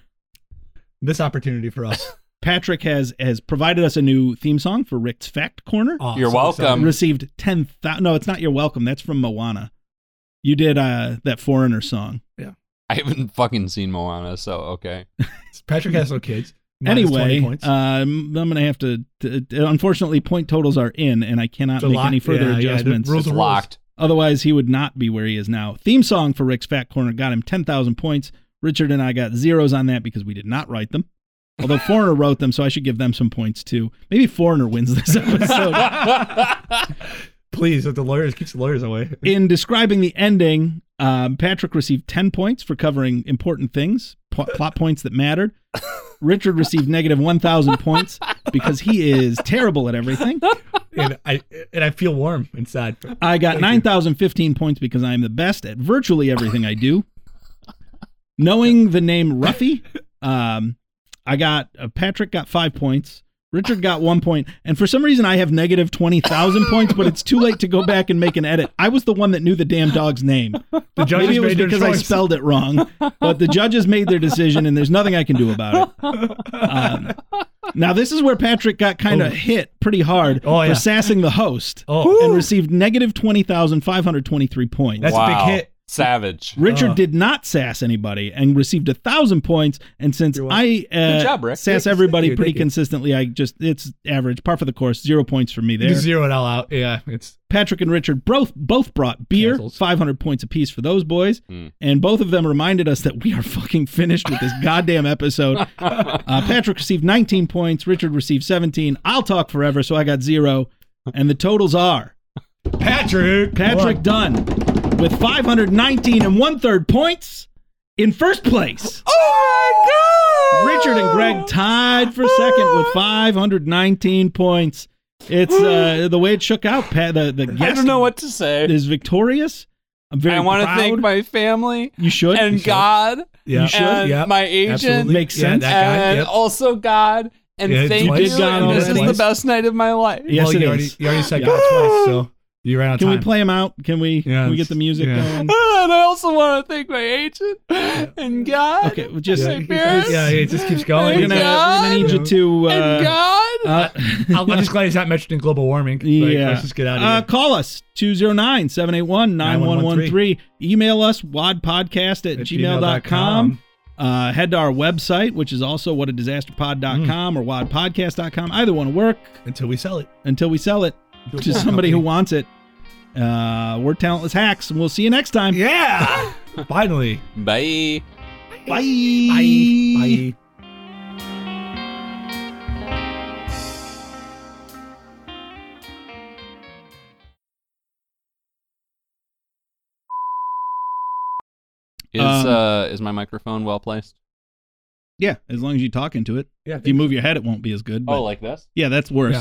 Speaker 3: This opportunity
Speaker 2: [LAUGHS]
Speaker 3: for us.
Speaker 2: Patrick has has provided us a new theme song for Rick's Fact Corner.
Speaker 3: Oh,
Speaker 1: You're
Speaker 3: so
Speaker 1: welcome.
Speaker 3: excited.
Speaker 2: Received ten thousand. No, it's not. You're welcome. That's from Moana. You did uh, that foreigner song.
Speaker 1: [LAUGHS] I haven't fucking seen Moana, so okay.
Speaker 3: Patrick has no kids. Minus 20
Speaker 2: anyway,
Speaker 3: points.
Speaker 2: um, I'm going to have to. T- t- unfortunately, point totals are in, and I cannot
Speaker 3: To
Speaker 2: make
Speaker 3: lock-
Speaker 2: any further
Speaker 3: yeah, yeah, the
Speaker 2: adjustments.
Speaker 3: rules
Speaker 1: It's
Speaker 3: are
Speaker 1: locked.
Speaker 2: Otherwise, he would not be where he is now. Theme song for Rick's Fat Corner got him 10,000 points. Richard and I got zeros on that because we did not write them. Although Foreigner wrote them, so I should give them some points too. Maybe Foreigner wins this [LAUGHS] episode.
Speaker 3: please, if the lawyers keeps the
Speaker 2: [LAUGHS]
Speaker 3: lawyers away.
Speaker 2: in describing the ending, um, Patrick received 10 points for covering important things, pl- plot points that mattered. Richard received negative 1,000 points because he is terrible at everything.
Speaker 3: and I and I feel warm inside.
Speaker 2: I got 9,015 points because I am the best at virtually everything I do. Knowing the name Ruffy, um, I got uh, Patrick got five points. Richard got one point, and for some reason I have negative twenty thousand points. But it's too late to go back and make an edit. I was the one that knew the damn dog's name.
Speaker 3: The judges
Speaker 2: Maybe it was
Speaker 3: made their
Speaker 2: because I
Speaker 3: choice.
Speaker 2: spelled it wrong, but the judges made their decision, and there's nothing I can do about it. Um, now this is where Patrick got kind
Speaker 3: Oh.
Speaker 2: of hit pretty hard
Speaker 3: Oh, yeah.
Speaker 2: for sassing the host
Speaker 3: Oh,
Speaker 2: and received negative 20,523 points.
Speaker 3: That's a big
Speaker 1: Wow.
Speaker 3: hit.
Speaker 1: Savage.
Speaker 2: Richard
Speaker 3: Uh.
Speaker 2: did not sass anybody and received a thousand points. And since
Speaker 3: You're welcome.
Speaker 2: I uh,
Speaker 1: Good job, Rick.
Speaker 2: sass
Speaker 3: Thank you,
Speaker 2: everybody
Speaker 3: thank you,
Speaker 2: pretty
Speaker 3: thank you.
Speaker 2: consistently, I just it's average, par for the course. Zero points for me
Speaker 3: you
Speaker 2: there.
Speaker 3: just zero it all out. Yeah, it's
Speaker 2: Patrick and Richard both both brought beer,
Speaker 3: Cancels.
Speaker 2: 500 points apiece for those boys,
Speaker 1: Mm.
Speaker 2: and both of them reminded us that we are fucking finished
Speaker 3: [LAUGHS]
Speaker 2: with this goddamn episode. Uh, Patrick received 19 points, Richard received 17. I'll talk forever, so I got zero, and the totals are
Speaker 3: Patrick.
Speaker 2: Patrick
Speaker 3: One.
Speaker 2: Dunn with 519 and one third points in first place. Oh my God! Richard and Greg tied for second
Speaker 1: Ah.
Speaker 2: with 519 points.
Speaker 1: [SIGHS]
Speaker 2: It's uh, the way it shook out. Pat, the the
Speaker 1: I
Speaker 2: guest
Speaker 1: don't know what to say.
Speaker 2: is victorious. I'm very
Speaker 1: I want to
Speaker 2: proud.
Speaker 1: thank my family
Speaker 2: you should You
Speaker 1: and
Speaker 2: should.
Speaker 1: God
Speaker 3: Yeah.
Speaker 2: You should.
Speaker 1: and
Speaker 3: yeah.
Speaker 1: my agent
Speaker 3: Absolutely.
Speaker 2: Makes
Speaker 3: Yeah,
Speaker 2: sense. oh,
Speaker 3: that guy.
Speaker 1: and
Speaker 3: Yep.
Speaker 1: also God. And
Speaker 3: Yeah,
Speaker 1: thank
Speaker 3: you
Speaker 1: you.
Speaker 3: did
Speaker 2: God
Speaker 1: and this
Speaker 2: already.
Speaker 1: is the best night of my life.
Speaker 2: Yes,
Speaker 3: well,
Speaker 2: it
Speaker 3: you already,
Speaker 2: is.
Speaker 3: you
Speaker 2: [LAUGHS]
Speaker 3: already said God twice, so you ran out of
Speaker 2: Can
Speaker 3: time.
Speaker 2: we play him out? Can we?
Speaker 3: Yeah,
Speaker 2: can we get
Speaker 3: it's-
Speaker 2: the music
Speaker 3: yeah.
Speaker 2: going?
Speaker 1: Ah, [LAUGHS] And I also want to thank my agent and God.
Speaker 2: Okay, well, just
Speaker 1: Yeah.
Speaker 2: we're
Speaker 1: Paris?
Speaker 3: Yeah, it just keeps going.
Speaker 2: gonna, we're gonna need [LAUGHS] you to.
Speaker 1: and
Speaker 2: Uh,
Speaker 1: God.
Speaker 2: uh,
Speaker 3: I'm just glad he's not mentioned in global warming. Like,
Speaker 2: Yeah.
Speaker 3: let's just get out of
Speaker 2: Uh,
Speaker 3: here.
Speaker 2: call us 209 781 9113. Email us wadpodcast at,
Speaker 3: At
Speaker 2: gmail.com. com. Uh, head to our website, which is also
Speaker 3: Hmm.
Speaker 2: whatadisasterpod.com or wadpodcast.com. Either one will work
Speaker 3: until we sell it.
Speaker 2: until we sell it to
Speaker 3: a
Speaker 2: somebody
Speaker 3: company.
Speaker 2: who wants it. Uh, we're Talentless Hacks, and we'll see you next time. [LAUGHS]
Speaker 3: Yeah, finally.
Speaker 1: Bye.
Speaker 3: Bye. Bye.
Speaker 1: Is
Speaker 2: Um,
Speaker 3: Um,
Speaker 1: uh is my microphone well placed?
Speaker 2: Yeah, as long as you talk into it.
Speaker 3: Yeah, I
Speaker 2: If you
Speaker 3: think-
Speaker 2: move your head, it won't be as good. but-
Speaker 1: Oh, like this?
Speaker 2: yeah, that's worse.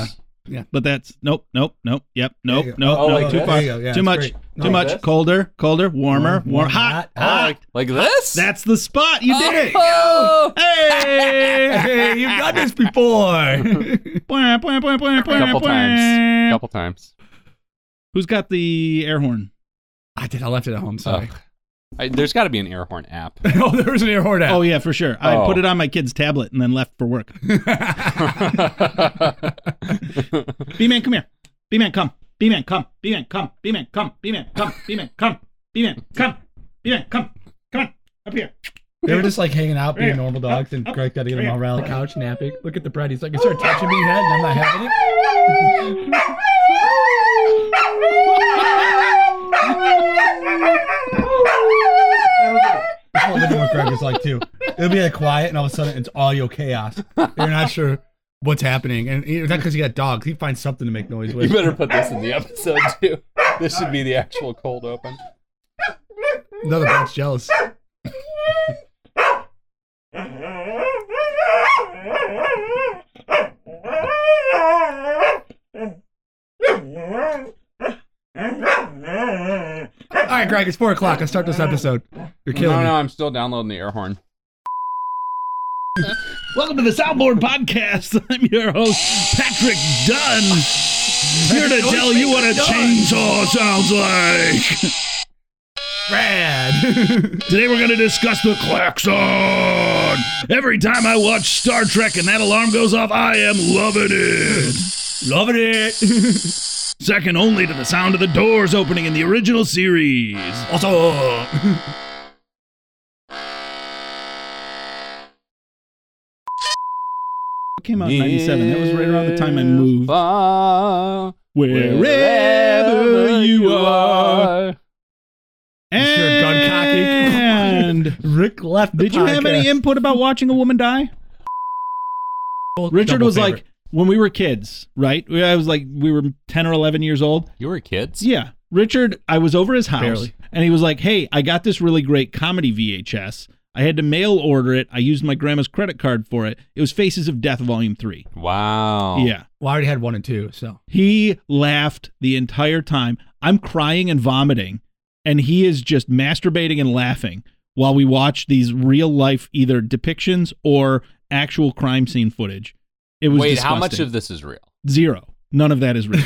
Speaker 3: Yeah, yeah.
Speaker 2: But that's nope, nope, nope. Yep, nope,
Speaker 3: you
Speaker 2: nope,
Speaker 3: go.
Speaker 1: Oh,
Speaker 2: nope.
Speaker 1: like
Speaker 2: too
Speaker 1: this?
Speaker 2: far.
Speaker 3: There you go. Yeah,
Speaker 2: too
Speaker 3: it's
Speaker 2: much.
Speaker 3: great.
Speaker 2: Too
Speaker 1: Like
Speaker 2: much.
Speaker 1: this?
Speaker 2: Colder. Colder. Warmer.
Speaker 3: Warm,
Speaker 2: Warm.
Speaker 3: warm,
Speaker 2: Hot.
Speaker 3: hot,
Speaker 2: Hot.
Speaker 1: Like this?
Speaker 2: That's the spot. You did
Speaker 1: Oh!
Speaker 2: it. [LAUGHS] Hey.
Speaker 3: Hey, you've done this before.
Speaker 2: Bwah, bwah, bwah, bwah,
Speaker 1: A
Speaker 2: bwah,
Speaker 1: couple
Speaker 2: bwah.
Speaker 1: times. couple times.
Speaker 2: Who's got the air horn?
Speaker 3: I did. I left it at home. Sorry.
Speaker 2: Oh.
Speaker 1: Ugh. I, there's got to be an air horn [LAUGHS] app.
Speaker 3: [LAUGHS] oh, there was an air horn
Speaker 2: Oh
Speaker 3: out.
Speaker 2: yeah, for sure. I
Speaker 1: Oh.
Speaker 2: put it on my kid's tablet and then left for work. B man, come here. B man, come. B man, come. B man, come. B man, come. B man, come. B man, come. B man, come. B man, come. Come on, up here.
Speaker 3: They were just like hanging out, being
Speaker 2: Yeah.
Speaker 3: normal dogs, and
Speaker 2: Up,
Speaker 3: Greg got to get him
Speaker 2: up.
Speaker 3: all around the couch, napping. Look at the bread. He's like,
Speaker 2: Oh,
Speaker 3: it's her touching me head, and I'm not having it. That's what living with Greg is like too. It'll be like quiet, and all of a sudden, it's all your chaos. You're not sure what's happening, and it's not because you got dogs. He finds something to make noise
Speaker 1: you
Speaker 3: with.
Speaker 1: better put this in the episode, too. This should be the actual cold open.
Speaker 3: Another bunch jealous. All right, Greg, it's four o'clock. Let's start this episode. You're killing
Speaker 1: No,
Speaker 3: me.
Speaker 1: no, I'm still downloading the air horn.
Speaker 2: Welcome to the Soundboard Podcast.
Speaker 3: [LAUGHS]
Speaker 2: I'm your host, Patrick Dunn. Here to tell you what a chainsaw sounds like.
Speaker 3: Brad.
Speaker 2: Today we're going to discuss the klaxon. Every time I watch Star Trek and that alarm goes off, I am loving it. Loving [LAUGHS] it. Second only to the sound of the doors opening in the original series.
Speaker 3: also,
Speaker 2: Came out in 97. That was right around the time I moved.
Speaker 1: Far
Speaker 2: Wherever you are.
Speaker 3: Is your gun cocky?
Speaker 2: [LAUGHS] And
Speaker 3: Rick left. the
Speaker 2: did you have any
Speaker 3: podcast.
Speaker 2: input about watching a woman die? Richard
Speaker 3: Double
Speaker 2: was
Speaker 3: favorite.
Speaker 2: like, when we were kids, right? We- I was like, we were 10 or 11 years old.
Speaker 1: You were kids?
Speaker 2: Yeah. Richard, I was over his house
Speaker 3: Barely.
Speaker 2: and he was like, hey, I got this really great comedy VHS. I had to mail order it. I used my grandma's credit card for it. It was Faces of Death Volume 3.
Speaker 1: Wow.
Speaker 2: Yeah.
Speaker 3: Well, I already had one and two, so
Speaker 2: He laughed the entire time. I'm crying and vomiting, and he is just masturbating and laughing while we watch these real life either depictions or actual crime scene footage. It was
Speaker 1: Wait, how much
Speaker 2: disgusting.
Speaker 1: of this is real?
Speaker 2: zero? None of that is real.